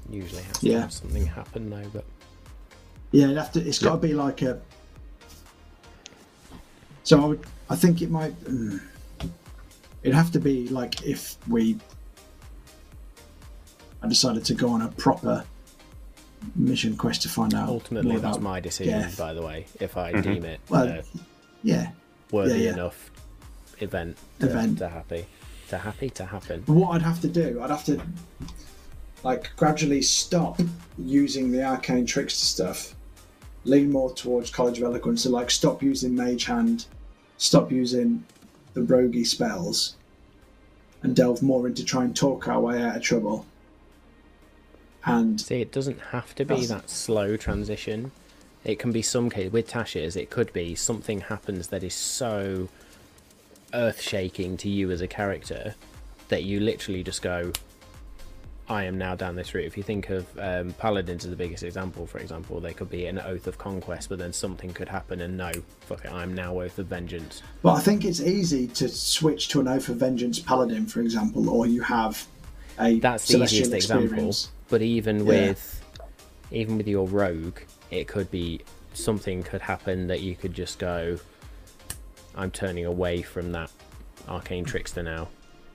[SPEAKER 1] Usually has to
[SPEAKER 2] Yeah.
[SPEAKER 1] have something happen though, but
[SPEAKER 2] Yeah, it'd have to, it's got to be like a. So I, would, I think it might. mm. it'd have to be like if we. I decided to go on a proper mission quest to find out.
[SPEAKER 1] ultimately
[SPEAKER 2] more
[SPEAKER 1] that's
[SPEAKER 2] about
[SPEAKER 1] my decision.
[SPEAKER 2] Geth.
[SPEAKER 1] By the way, if I
[SPEAKER 4] Mm-hmm.
[SPEAKER 1] deem it
[SPEAKER 2] Well,
[SPEAKER 1] a
[SPEAKER 2] Yeah.
[SPEAKER 1] worthy
[SPEAKER 2] yeah.
[SPEAKER 1] enough event to,
[SPEAKER 2] Event.
[SPEAKER 1] to happy to happy to happen.
[SPEAKER 2] what I'd have to do, I'd have to like gradually stop using the arcane trickster stuff, lean more towards College of Eloquence, so like stop using Mage Hand, stop using the roguey spells, and delve more into trying to talk our way out of trouble. And
[SPEAKER 1] See, it doesn't have to be
[SPEAKER 2] That's-
[SPEAKER 1] that slow transition. It can be some case with Tasha's. It could be something happens that is so earth-shaking to you as a character that you literally just go, "I am now down this route." If you think of um, Paladins as the biggest example, for example, there could be an oath of conquest, but then something could happen, and no, fuck it, I'm now oath of vengeance.
[SPEAKER 2] but I think it's easy to switch to an Oath of Vengeance Paladin, for example, or you have a
[SPEAKER 1] That's the
[SPEAKER 2] celestial
[SPEAKER 1] easiest example.
[SPEAKER 2] experience.
[SPEAKER 1] But even with even with your rogue, it could be something could happen that you could just go I'm turning away from that arcane trickster now.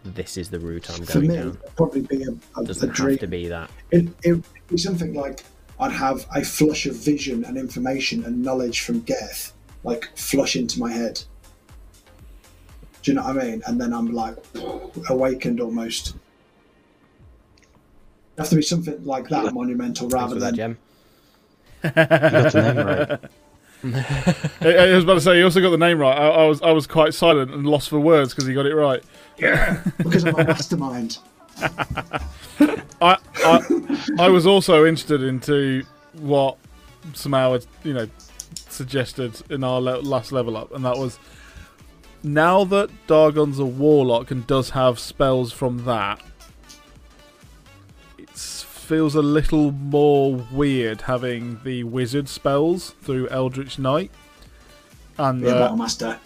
[SPEAKER 1] This is the route I'm
[SPEAKER 2] For
[SPEAKER 1] going
[SPEAKER 2] me,
[SPEAKER 1] down.
[SPEAKER 2] it'd probably be a, a, a
[SPEAKER 1] Doesn't
[SPEAKER 2] dream
[SPEAKER 1] have to be that.
[SPEAKER 2] It, it would be something like I'd have a flush of vision and information and knowledge from Geth, like flush into my head. Do you know what I mean? And then I'm like awakened almost. It'd have to be something like that monumental
[SPEAKER 1] Thanks
[SPEAKER 2] rather
[SPEAKER 1] for that,
[SPEAKER 2] than
[SPEAKER 1] Gem.
[SPEAKER 4] You got the name right.
[SPEAKER 3] I, I was about to say, you also got the name right. I, I was I was quite silent and lost for words because he got it right.
[SPEAKER 2] because I'm a mastermind.
[SPEAKER 3] I, I I was also interested into what somehow had, you know suggested in our le- last level up, and that was now that Dargon's a warlock and does have spells from that, it feels a little more weird having the wizard spells through Eldritch Knight. And
[SPEAKER 2] Be a
[SPEAKER 3] uh,
[SPEAKER 2] battle master.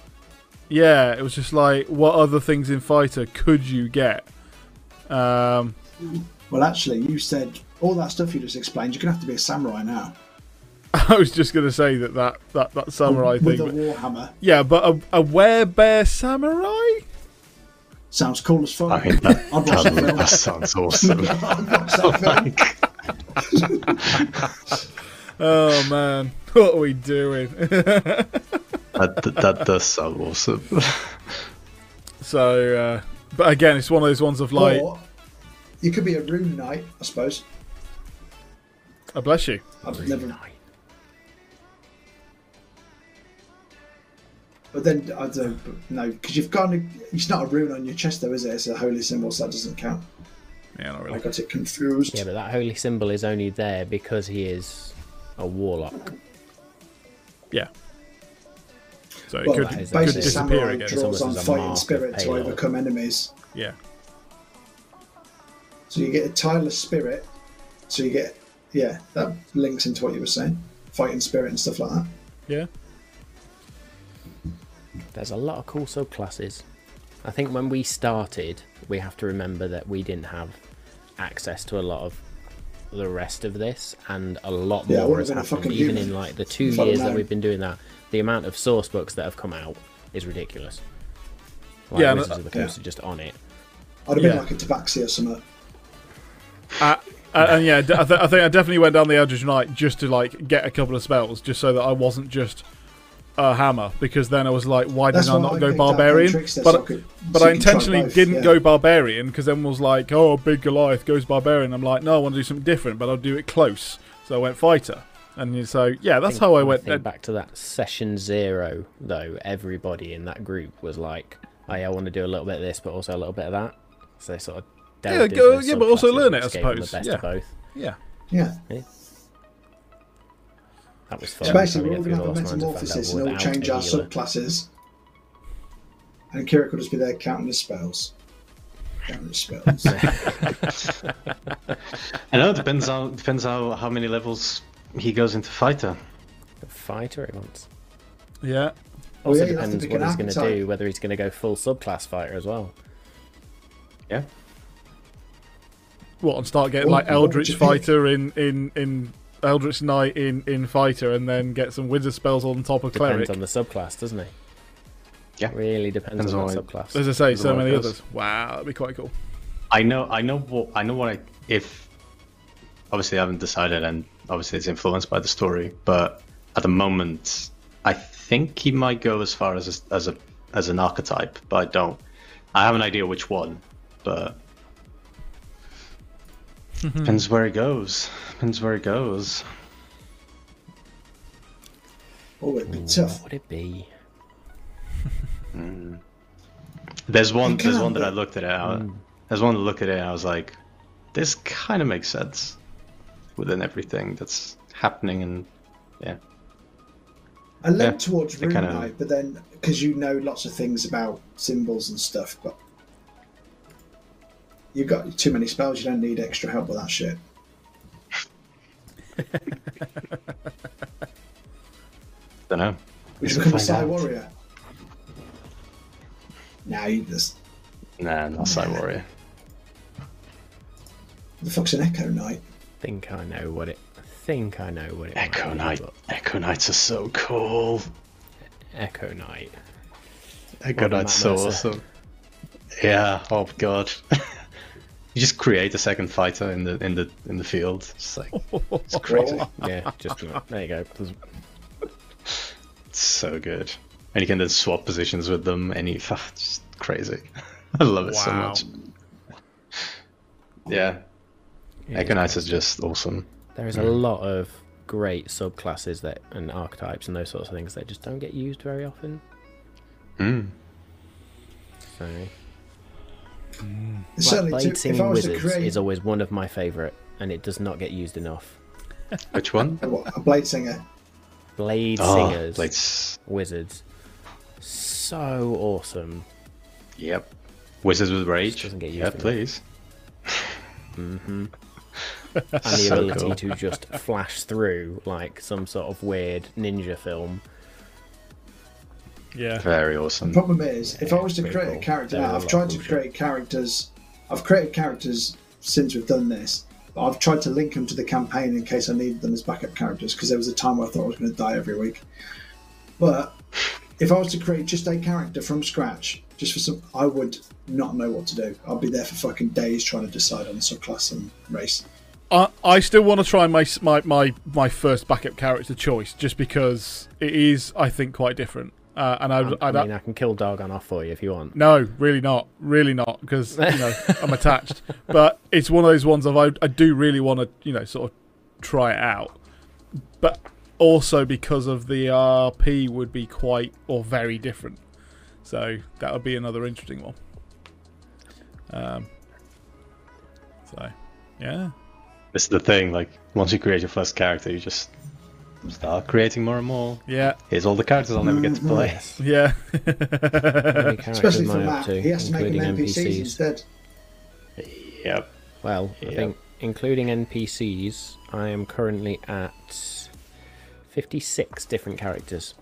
[SPEAKER 3] yeah, it was just like, what other things in fighter could you get? Um,
[SPEAKER 2] Well, actually, you said all that stuff you just explained. You're gonna have to be a samurai now
[SPEAKER 3] I was just gonna say that that that, that samurai
[SPEAKER 2] with
[SPEAKER 3] thing.
[SPEAKER 2] a
[SPEAKER 3] but-
[SPEAKER 2] warhammer.
[SPEAKER 3] yeah, but a, a werebear samurai?
[SPEAKER 2] Sounds cool as fuck.
[SPEAKER 4] I mean, that,
[SPEAKER 2] I'd watch that
[SPEAKER 4] that-
[SPEAKER 2] film.
[SPEAKER 4] that sounds awesome.
[SPEAKER 2] I'd watch that film.
[SPEAKER 3] Oh man, what are we doing?
[SPEAKER 4] That, that, that does sound awesome.
[SPEAKER 3] so, uh, but again, it's one of those ones of like,
[SPEAKER 2] Or you could be a rune knight, I suppose.
[SPEAKER 3] oh, bless you.
[SPEAKER 2] I've never. But then I don't but no because you've got an- it's not a rune on your chest though, is it? It's a holy symbol, so that doesn't count.
[SPEAKER 3] Yeah, not
[SPEAKER 2] I
[SPEAKER 3] really.
[SPEAKER 2] got it confused.
[SPEAKER 1] Yeah, but that holy symbol is only there because he is a warlock.
[SPEAKER 3] Yeah. So it
[SPEAKER 2] well,
[SPEAKER 3] could,
[SPEAKER 1] that is
[SPEAKER 3] could
[SPEAKER 2] basically,
[SPEAKER 1] actually-
[SPEAKER 3] disappear
[SPEAKER 2] samurai
[SPEAKER 3] again.
[SPEAKER 1] It's almost
[SPEAKER 2] draws on
[SPEAKER 1] as a
[SPEAKER 2] fighting
[SPEAKER 1] mark
[SPEAKER 2] spirit
[SPEAKER 1] of
[SPEAKER 2] to
[SPEAKER 1] payload.
[SPEAKER 2] overcome enemies.
[SPEAKER 3] Yeah.
[SPEAKER 2] So you get a tireless spirit. So you get yeah, that links into what you were saying, fighting spirit and stuff like that.
[SPEAKER 3] Yeah.
[SPEAKER 1] There's a lot of cool subclasses. I think when we started, we have to remember that we didn't have access to a lot of the rest of this, and a lot
[SPEAKER 2] Yeah, I
[SPEAKER 1] more
[SPEAKER 2] would've
[SPEAKER 1] has
[SPEAKER 2] been a
[SPEAKER 1] happened.
[SPEAKER 2] fucking
[SPEAKER 1] Even
[SPEAKER 2] human
[SPEAKER 1] in like the two
[SPEAKER 2] if I'd
[SPEAKER 1] years that
[SPEAKER 2] known.
[SPEAKER 1] we've been doing that, the amount of source books that have come out is ridiculous. Like
[SPEAKER 3] Yeah, and-
[SPEAKER 1] Wizards of the
[SPEAKER 2] yeah.
[SPEAKER 1] Coast are just on it.
[SPEAKER 2] I'd have been
[SPEAKER 3] Yeah.
[SPEAKER 2] like a tabaxi or something.
[SPEAKER 3] Uh, and, and yeah, d- I, th- I think I definitely went down the Eldritch Knight just to like get a couple of spells, just so that I wasn't just a hammer. Because then I was like, why did
[SPEAKER 2] That's
[SPEAKER 3] I
[SPEAKER 2] why
[SPEAKER 3] not
[SPEAKER 2] I
[SPEAKER 3] go
[SPEAKER 2] picked up on
[SPEAKER 3] barbarian?
[SPEAKER 2] Trickster, so I
[SPEAKER 3] But
[SPEAKER 2] could-
[SPEAKER 3] but
[SPEAKER 2] so
[SPEAKER 3] I
[SPEAKER 2] you can try
[SPEAKER 3] intentionally
[SPEAKER 2] both,
[SPEAKER 3] didn't
[SPEAKER 2] yeah.
[SPEAKER 3] go barbarian because then was like, oh, big Goliath goes barbarian. I'm like, no, I want to do something different, but I'll do it close. So I went fighter, and so yeah, that's how I went.
[SPEAKER 1] think back to that session zero, though. Everybody in that group was like, oh, yeah, I want to do a little bit of this, but also a little bit of that. So they sort of delved
[SPEAKER 3] go-
[SPEAKER 1] into those
[SPEAKER 3] yeah, but also
[SPEAKER 1] subclasses,
[SPEAKER 3] learn it,
[SPEAKER 1] which
[SPEAKER 3] I
[SPEAKER 1] gave them
[SPEAKER 3] suppose,
[SPEAKER 1] The best
[SPEAKER 3] yeah.
[SPEAKER 1] of both.
[SPEAKER 3] yeah,
[SPEAKER 2] Yeah.
[SPEAKER 1] That was fun.
[SPEAKER 2] So basically, we're
[SPEAKER 1] trying
[SPEAKER 2] all
[SPEAKER 1] to
[SPEAKER 2] going
[SPEAKER 1] get
[SPEAKER 2] to
[SPEAKER 1] through
[SPEAKER 2] have a
[SPEAKER 1] the last round to find
[SPEAKER 2] metamorphosis
[SPEAKER 1] out
[SPEAKER 2] and it'll
[SPEAKER 1] without
[SPEAKER 2] change
[SPEAKER 1] a
[SPEAKER 2] our
[SPEAKER 1] healer.
[SPEAKER 2] subclasses. And Kira could just be there counting his spells. Counting his spells.
[SPEAKER 4] I know. Depends on depends how how many levels he goes into fighter.
[SPEAKER 1] Fighter it wants.
[SPEAKER 3] Yeah.
[SPEAKER 2] Well,
[SPEAKER 1] Also
[SPEAKER 2] Oh, yeah, you have to
[SPEAKER 1] depends
[SPEAKER 2] pick
[SPEAKER 1] what
[SPEAKER 2] an
[SPEAKER 1] he's going to
[SPEAKER 2] archetype.
[SPEAKER 1] do, whether he's going to go full subclass fighter as well.
[SPEAKER 4] Yeah.
[SPEAKER 3] What and start getting
[SPEAKER 2] What-
[SPEAKER 3] like
[SPEAKER 2] what would
[SPEAKER 3] Eldritch
[SPEAKER 2] you pick?
[SPEAKER 3] Fighter in in in Eldritch Knight in in Fighter, and then get some wizard spells on top of
[SPEAKER 1] Depends
[SPEAKER 3] cleric.
[SPEAKER 1] on the subclass, doesn't it?
[SPEAKER 4] Yeah.
[SPEAKER 1] Really depends,
[SPEAKER 4] Depends
[SPEAKER 1] on
[SPEAKER 4] on
[SPEAKER 1] the
[SPEAKER 4] what-
[SPEAKER 1] subclass.
[SPEAKER 3] As I say,
[SPEAKER 4] There's a
[SPEAKER 3] so
[SPEAKER 4] lot of
[SPEAKER 3] many
[SPEAKER 4] those.
[SPEAKER 3] others. Wow, that'd be quite cool.
[SPEAKER 4] I know. I know what. I know what I. If obviously I haven't decided, and obviously it's influenced by the story, but at the moment, I think he might go as far as a, as a as an archetype, but I don't. I have an idea which one, but depends where it goes. Depends where it goes.
[SPEAKER 2] oh, it'd
[SPEAKER 1] Hmm,
[SPEAKER 2] be
[SPEAKER 1] What
[SPEAKER 2] tough.
[SPEAKER 1] would it be?
[SPEAKER 4] There's one.
[SPEAKER 2] It
[SPEAKER 4] There's
[SPEAKER 2] can,
[SPEAKER 4] one that I
[SPEAKER 2] but-
[SPEAKER 4] looked at it. I, There's one that looked at it. and I was like, this kind of makes sense within everything that's happening, and yeah.
[SPEAKER 2] I lean
[SPEAKER 4] Yeah,
[SPEAKER 2] towards
[SPEAKER 4] they
[SPEAKER 2] Rune
[SPEAKER 4] kinda-
[SPEAKER 2] Knight, but then, because you know lots of things about symbols and stuff, but you've got too many spells, you don't need extra help with that shit.
[SPEAKER 4] Don't know.
[SPEAKER 2] Would you
[SPEAKER 4] Let's
[SPEAKER 2] become a
[SPEAKER 4] find
[SPEAKER 2] Psy
[SPEAKER 4] out.
[SPEAKER 2] Warrior? Nah, you just.
[SPEAKER 4] Nah, not Psy Warrior.
[SPEAKER 2] The fuck's an Echo Knight?
[SPEAKER 1] Think I know what it. I think I know what it. might
[SPEAKER 4] Echo
[SPEAKER 1] be,
[SPEAKER 4] Knight.
[SPEAKER 1] but
[SPEAKER 4] Echo Knights are so cool.
[SPEAKER 1] Echo Knight.
[SPEAKER 4] Echo
[SPEAKER 1] What a
[SPEAKER 4] Knight's so
[SPEAKER 1] Matt Mercer.
[SPEAKER 4] awesome. Yeah. Oh god. you just create a second fighter in the in the in the field. It's like it's crazy.
[SPEAKER 1] Yeah, just there you go. There's-
[SPEAKER 4] It's so good. And you can then swap positions with them. Any it's just crazy. I love it so
[SPEAKER 3] Wow.
[SPEAKER 4] much. Yeah.
[SPEAKER 1] yeah,
[SPEAKER 4] Echo Knights is just awesome.
[SPEAKER 1] There is a lot of great subclasses that and archetypes and those sorts of things that just don't get used very often.
[SPEAKER 4] Mm.
[SPEAKER 1] So,
[SPEAKER 2] Certainly,
[SPEAKER 1] like
[SPEAKER 2] to- if I
[SPEAKER 1] baiting
[SPEAKER 2] was to
[SPEAKER 1] wizards
[SPEAKER 2] create
[SPEAKER 1] is always one of my favourite, and it does not get used enough.
[SPEAKER 4] Which one?
[SPEAKER 2] a, what, a Blade Singer,
[SPEAKER 1] Blade
[SPEAKER 4] Oh,
[SPEAKER 1] singers,
[SPEAKER 4] Blades.
[SPEAKER 1] wizards, so awesome.
[SPEAKER 4] Yep. Wizards with Rage.
[SPEAKER 1] doesn't get used
[SPEAKER 4] yeah,
[SPEAKER 1] enough.
[SPEAKER 4] please.
[SPEAKER 1] and the
[SPEAKER 4] So
[SPEAKER 1] ability
[SPEAKER 4] cool.
[SPEAKER 1] to just flash through like some sort of weird ninja film.
[SPEAKER 3] Yeah.
[SPEAKER 4] Very awesome.
[SPEAKER 2] The problem is, if I was to
[SPEAKER 1] pretty
[SPEAKER 2] create
[SPEAKER 1] cool.
[SPEAKER 2] a character
[SPEAKER 1] They're
[SPEAKER 2] now,
[SPEAKER 1] a
[SPEAKER 2] I've
[SPEAKER 1] lot
[SPEAKER 2] tried to
[SPEAKER 1] cooler.
[SPEAKER 2] create characters. I've created characters since we've done this, but I've tried to link them to the campaign in case I needed them as backup characters because there was a time where I thought I was going to die every week. But if I was to create just a character from scratch, just for some, I would not know what to do. I'd be there for fucking days trying to decide on subclass and race.
[SPEAKER 3] I, I still want to try my, s- my my my first backup character choice just because it is I think quite different uh, and I'd,
[SPEAKER 1] I
[SPEAKER 3] I'd,
[SPEAKER 1] mean, I can kill Dargon off for you if you want.
[SPEAKER 3] no really not really not because you know I'm attached but it's one of those ones of I, I do really want to you know sort of try it out but also because of the RP would be quite or very different so that would be another interesting one um so yeah
[SPEAKER 4] This is the thing. Like once you create your first character, you just start creating more and more.
[SPEAKER 3] yeah
[SPEAKER 4] Here's all the characters I'll never get to play.
[SPEAKER 3] yeah
[SPEAKER 1] How many characters
[SPEAKER 2] Especially
[SPEAKER 1] am
[SPEAKER 2] for
[SPEAKER 1] I up
[SPEAKER 2] Matt,
[SPEAKER 1] to,
[SPEAKER 2] he has to make
[SPEAKER 1] including
[SPEAKER 2] them NPCs,
[SPEAKER 1] NPCs?
[SPEAKER 2] instead.
[SPEAKER 4] Yep.
[SPEAKER 1] Well, I
[SPEAKER 4] Yeah.
[SPEAKER 1] think including NPCs, I am currently at 56 different characters.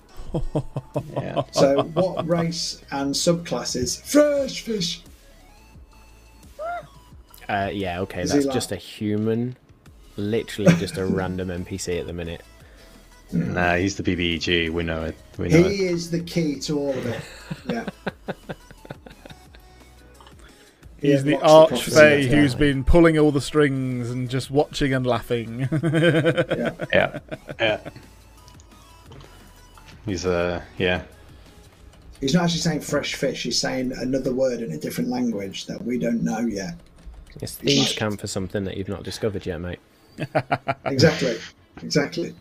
[SPEAKER 4] Yeah.
[SPEAKER 2] So, what race and subclasses? Fresh fish.
[SPEAKER 1] Uh, yeah, okay,
[SPEAKER 2] Is he
[SPEAKER 1] that's
[SPEAKER 2] like-
[SPEAKER 1] just a human, literally just a random NPC at the minute.
[SPEAKER 4] Nah, he's the BBEG. We know it. We know it.
[SPEAKER 2] He is the key to all of it. Yeah. He
[SPEAKER 3] He's the
[SPEAKER 2] unlocks the
[SPEAKER 3] archfey
[SPEAKER 2] prophecy.
[SPEAKER 1] who-
[SPEAKER 3] who's
[SPEAKER 1] guy.
[SPEAKER 3] been pulling all the strings and just watching and laughing.
[SPEAKER 2] Yeah.
[SPEAKER 4] Yeah. Yeah. He's uh yeah.
[SPEAKER 2] He's not actually saying fresh fish. He's saying another word in a different language that we don't know yet.
[SPEAKER 1] It's thieves
[SPEAKER 2] like-
[SPEAKER 1] camp for something that you've not discovered yet, mate.
[SPEAKER 3] Ah.
[SPEAKER 2] Exactly. Exactly.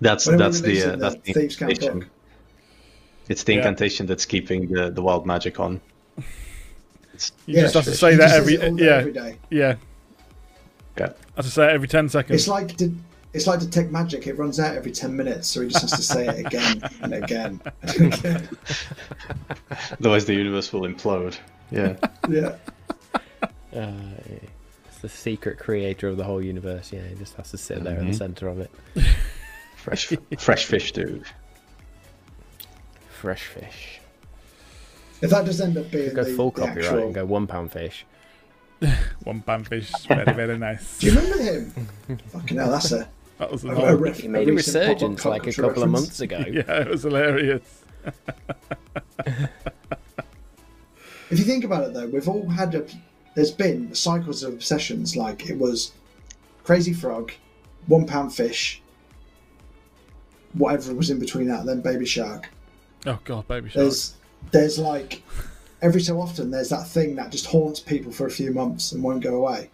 [SPEAKER 4] That's
[SPEAKER 2] When are we
[SPEAKER 4] that's the uh,
[SPEAKER 2] releasing the
[SPEAKER 4] that's the
[SPEAKER 2] Thieves' Camp
[SPEAKER 4] incantation.
[SPEAKER 2] book?
[SPEAKER 4] It's the
[SPEAKER 3] Yeah.
[SPEAKER 4] incantation that's keeping the, the wild magic on. It's
[SPEAKER 3] You just have to
[SPEAKER 4] Fresh
[SPEAKER 3] say
[SPEAKER 2] He
[SPEAKER 3] that
[SPEAKER 2] just
[SPEAKER 3] every
[SPEAKER 2] says it all day,
[SPEAKER 3] yeah
[SPEAKER 2] every day.
[SPEAKER 3] yeah
[SPEAKER 4] Okay.
[SPEAKER 3] As I say, every ten seconds.
[SPEAKER 2] It's like de- it's like detect magic. It runs out every ten minutes, so he just has to say it again and again. and again.
[SPEAKER 4] Otherwise, the universe will implode. Yeah.
[SPEAKER 2] yeah.
[SPEAKER 1] Uh, it's the secret creator of the whole universe. Yeah, he just has to sit there in the center of it.
[SPEAKER 4] Fresh, fresh fish, dude.
[SPEAKER 1] Fresh fish.
[SPEAKER 2] If that does end up being
[SPEAKER 1] Go
[SPEAKER 2] the,
[SPEAKER 1] full
[SPEAKER 2] the
[SPEAKER 1] copyright
[SPEAKER 2] actual,
[SPEAKER 1] and go one pound fish.
[SPEAKER 3] One panfish, very very nice.
[SPEAKER 2] do you remember him? Fucking hell, that's a,
[SPEAKER 3] That was
[SPEAKER 2] a,
[SPEAKER 3] a
[SPEAKER 2] a,
[SPEAKER 3] whole,
[SPEAKER 2] ref-
[SPEAKER 1] He made a
[SPEAKER 2] recent
[SPEAKER 1] resurgence
[SPEAKER 2] pop-up
[SPEAKER 1] like a
[SPEAKER 2] culture
[SPEAKER 1] couple of months
[SPEAKER 2] reference.
[SPEAKER 1] ago.
[SPEAKER 3] yeah, it was hilarious.
[SPEAKER 2] If you think about it, though, we've all had a, there's been cycles of obsessions. Like it was Crazy Frog, One Pound Fish, whatever was in between that, then Baby Shark.
[SPEAKER 3] Oh god, baby shark.
[SPEAKER 2] There's there's like every so often there's that thing that just haunts people for a few months and won't go away.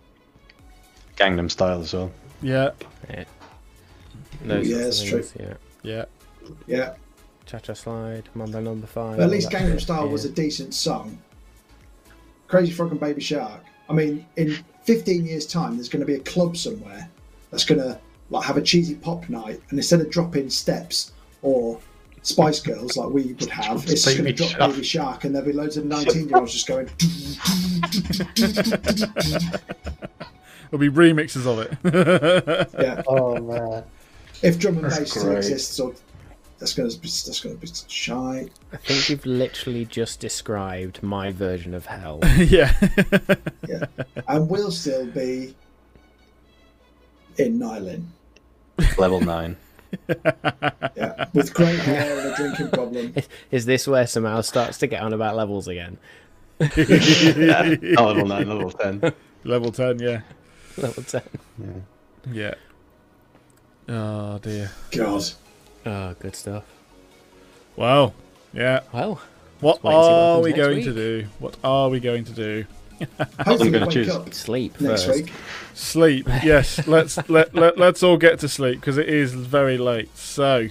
[SPEAKER 4] Gangnam Style as well.
[SPEAKER 3] Yeah,
[SPEAKER 1] Those
[SPEAKER 2] Yeah,
[SPEAKER 1] sorts
[SPEAKER 2] it's
[SPEAKER 1] of
[SPEAKER 2] true.
[SPEAKER 1] things, Yeah.
[SPEAKER 3] yeah.
[SPEAKER 2] Yeah,
[SPEAKER 1] Cha Cha Slide, Mambo Number Five.
[SPEAKER 2] but at
[SPEAKER 1] all
[SPEAKER 2] least
[SPEAKER 1] that
[SPEAKER 2] Gangnam
[SPEAKER 1] shit,
[SPEAKER 2] Style
[SPEAKER 1] yeah.
[SPEAKER 2] was a decent song. Crazy Frog and Baby Shark. I mean, in 15 years' time, there's going to be a club somewhere that's going to like have a cheesy pop night, and instead of dropping steps or Spice Girls like we would have, it's just going to
[SPEAKER 4] Baby
[SPEAKER 2] drop
[SPEAKER 4] Shark.
[SPEAKER 2] Baby Shark, and there'll be loads of 19-year-olds just going.
[SPEAKER 3] There'll be remixes of it.
[SPEAKER 2] Yeah.
[SPEAKER 6] Oh man.
[SPEAKER 2] if drum and bass still
[SPEAKER 4] great.
[SPEAKER 2] exists, or that's going to be that's going to be shy.
[SPEAKER 1] I think you've literally just described my version of hell.
[SPEAKER 3] yeah.
[SPEAKER 2] Yeah, and we'll still be in Nylin.
[SPEAKER 4] Level 9.
[SPEAKER 2] Yeah, with grey hair and a drinking problem.
[SPEAKER 1] Is this where Samal starts to get on about levels again?
[SPEAKER 4] Not level 9, level 10.
[SPEAKER 3] Level ten. Yeah.
[SPEAKER 1] Level ten.
[SPEAKER 3] Yeah. Oh dear.
[SPEAKER 2] God,
[SPEAKER 1] Oh, good stuff.
[SPEAKER 3] Wow. Yeah.
[SPEAKER 1] Well,
[SPEAKER 3] What
[SPEAKER 1] wait and see what
[SPEAKER 3] are
[SPEAKER 1] happens
[SPEAKER 3] we
[SPEAKER 1] next
[SPEAKER 3] going to
[SPEAKER 1] week.
[SPEAKER 3] do? What are we going to do?
[SPEAKER 2] hopefully
[SPEAKER 4] gonna
[SPEAKER 2] we'll wake
[SPEAKER 4] choose
[SPEAKER 2] up
[SPEAKER 1] sleep
[SPEAKER 2] next
[SPEAKER 1] first.
[SPEAKER 2] week.
[SPEAKER 3] Sleep. Yes. let's let, let let's all get to sleep because it is very late. So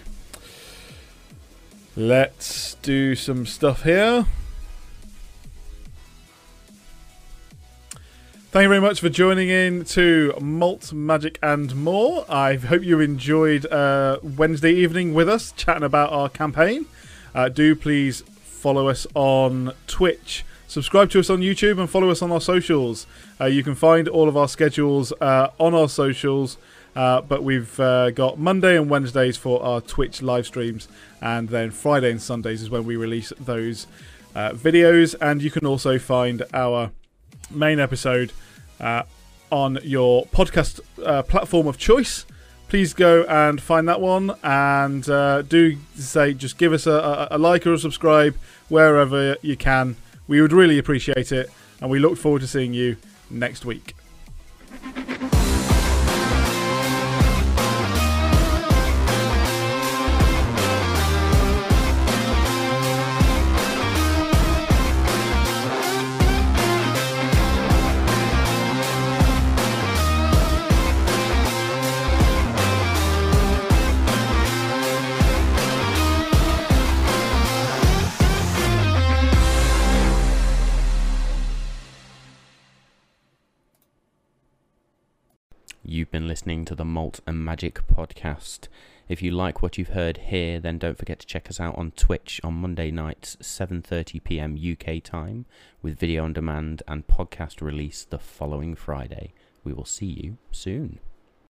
[SPEAKER 3] let's do some stuff here. Thank you very much for joining in to Malt Magic and More. I hope you enjoyed uh, Wednesday evening with us chatting about our campaign. Uh, do please follow us on Twitch, subscribe to us on YouTube, and follow us on our socials. Uh, you can find all of our schedules uh, on our socials, uh, but we've uh, got Monday and Wednesdays for our Twitch live streams, and then Friday and Sundays is when we release those uh, videos. And you can also find our main episode uh, on your podcast uh, platform of choice. Please go and find that one, and uh, do say just give us a, a, a like or a subscribe wherever you can. We would really appreciate it, and we look forward to seeing you next week.
[SPEAKER 5] You've been listening to the Malt and Magic podcast. If you like what you've heard here, then don't forget to check us out on Twitch on Monday nights, 7:30 p.m. UK time, with video on demand and podcast release the following Friday. We will see you soon.